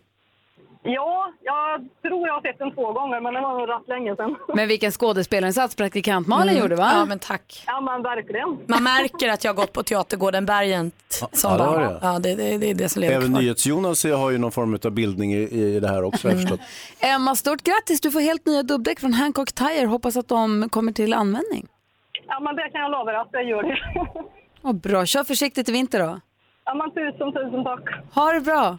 S9: Ja, jag tror jag har sett den två gånger, men det var nog rätt länge sedan.
S1: Men vilken skådespelarinsats praktikant Malin
S4: Mm.
S1: gjorde va?
S4: Ja, men tack.
S9: Ja, men verkligen.
S4: Man märker att jag har gått på Teatergården Bergen t- som
S2: ja, det har
S4: barn.
S2: jag.
S4: Ja, det, det, det är det som lever
S2: Även
S4: kvar.
S2: NyhetsJonas har ju någon form av bildning i, i det här också har jag förstått.
S1: Emma, stort grattis! Du får helt nya dubbdäck från Hancock Tire. Hoppas att de kommer till användning.
S9: Ja, men det kan jag lova er att jag gör det.
S1: Och bra, kör försiktigt i vinter då.
S9: Ja, men tusen, tusen tack.
S1: Ha det bra!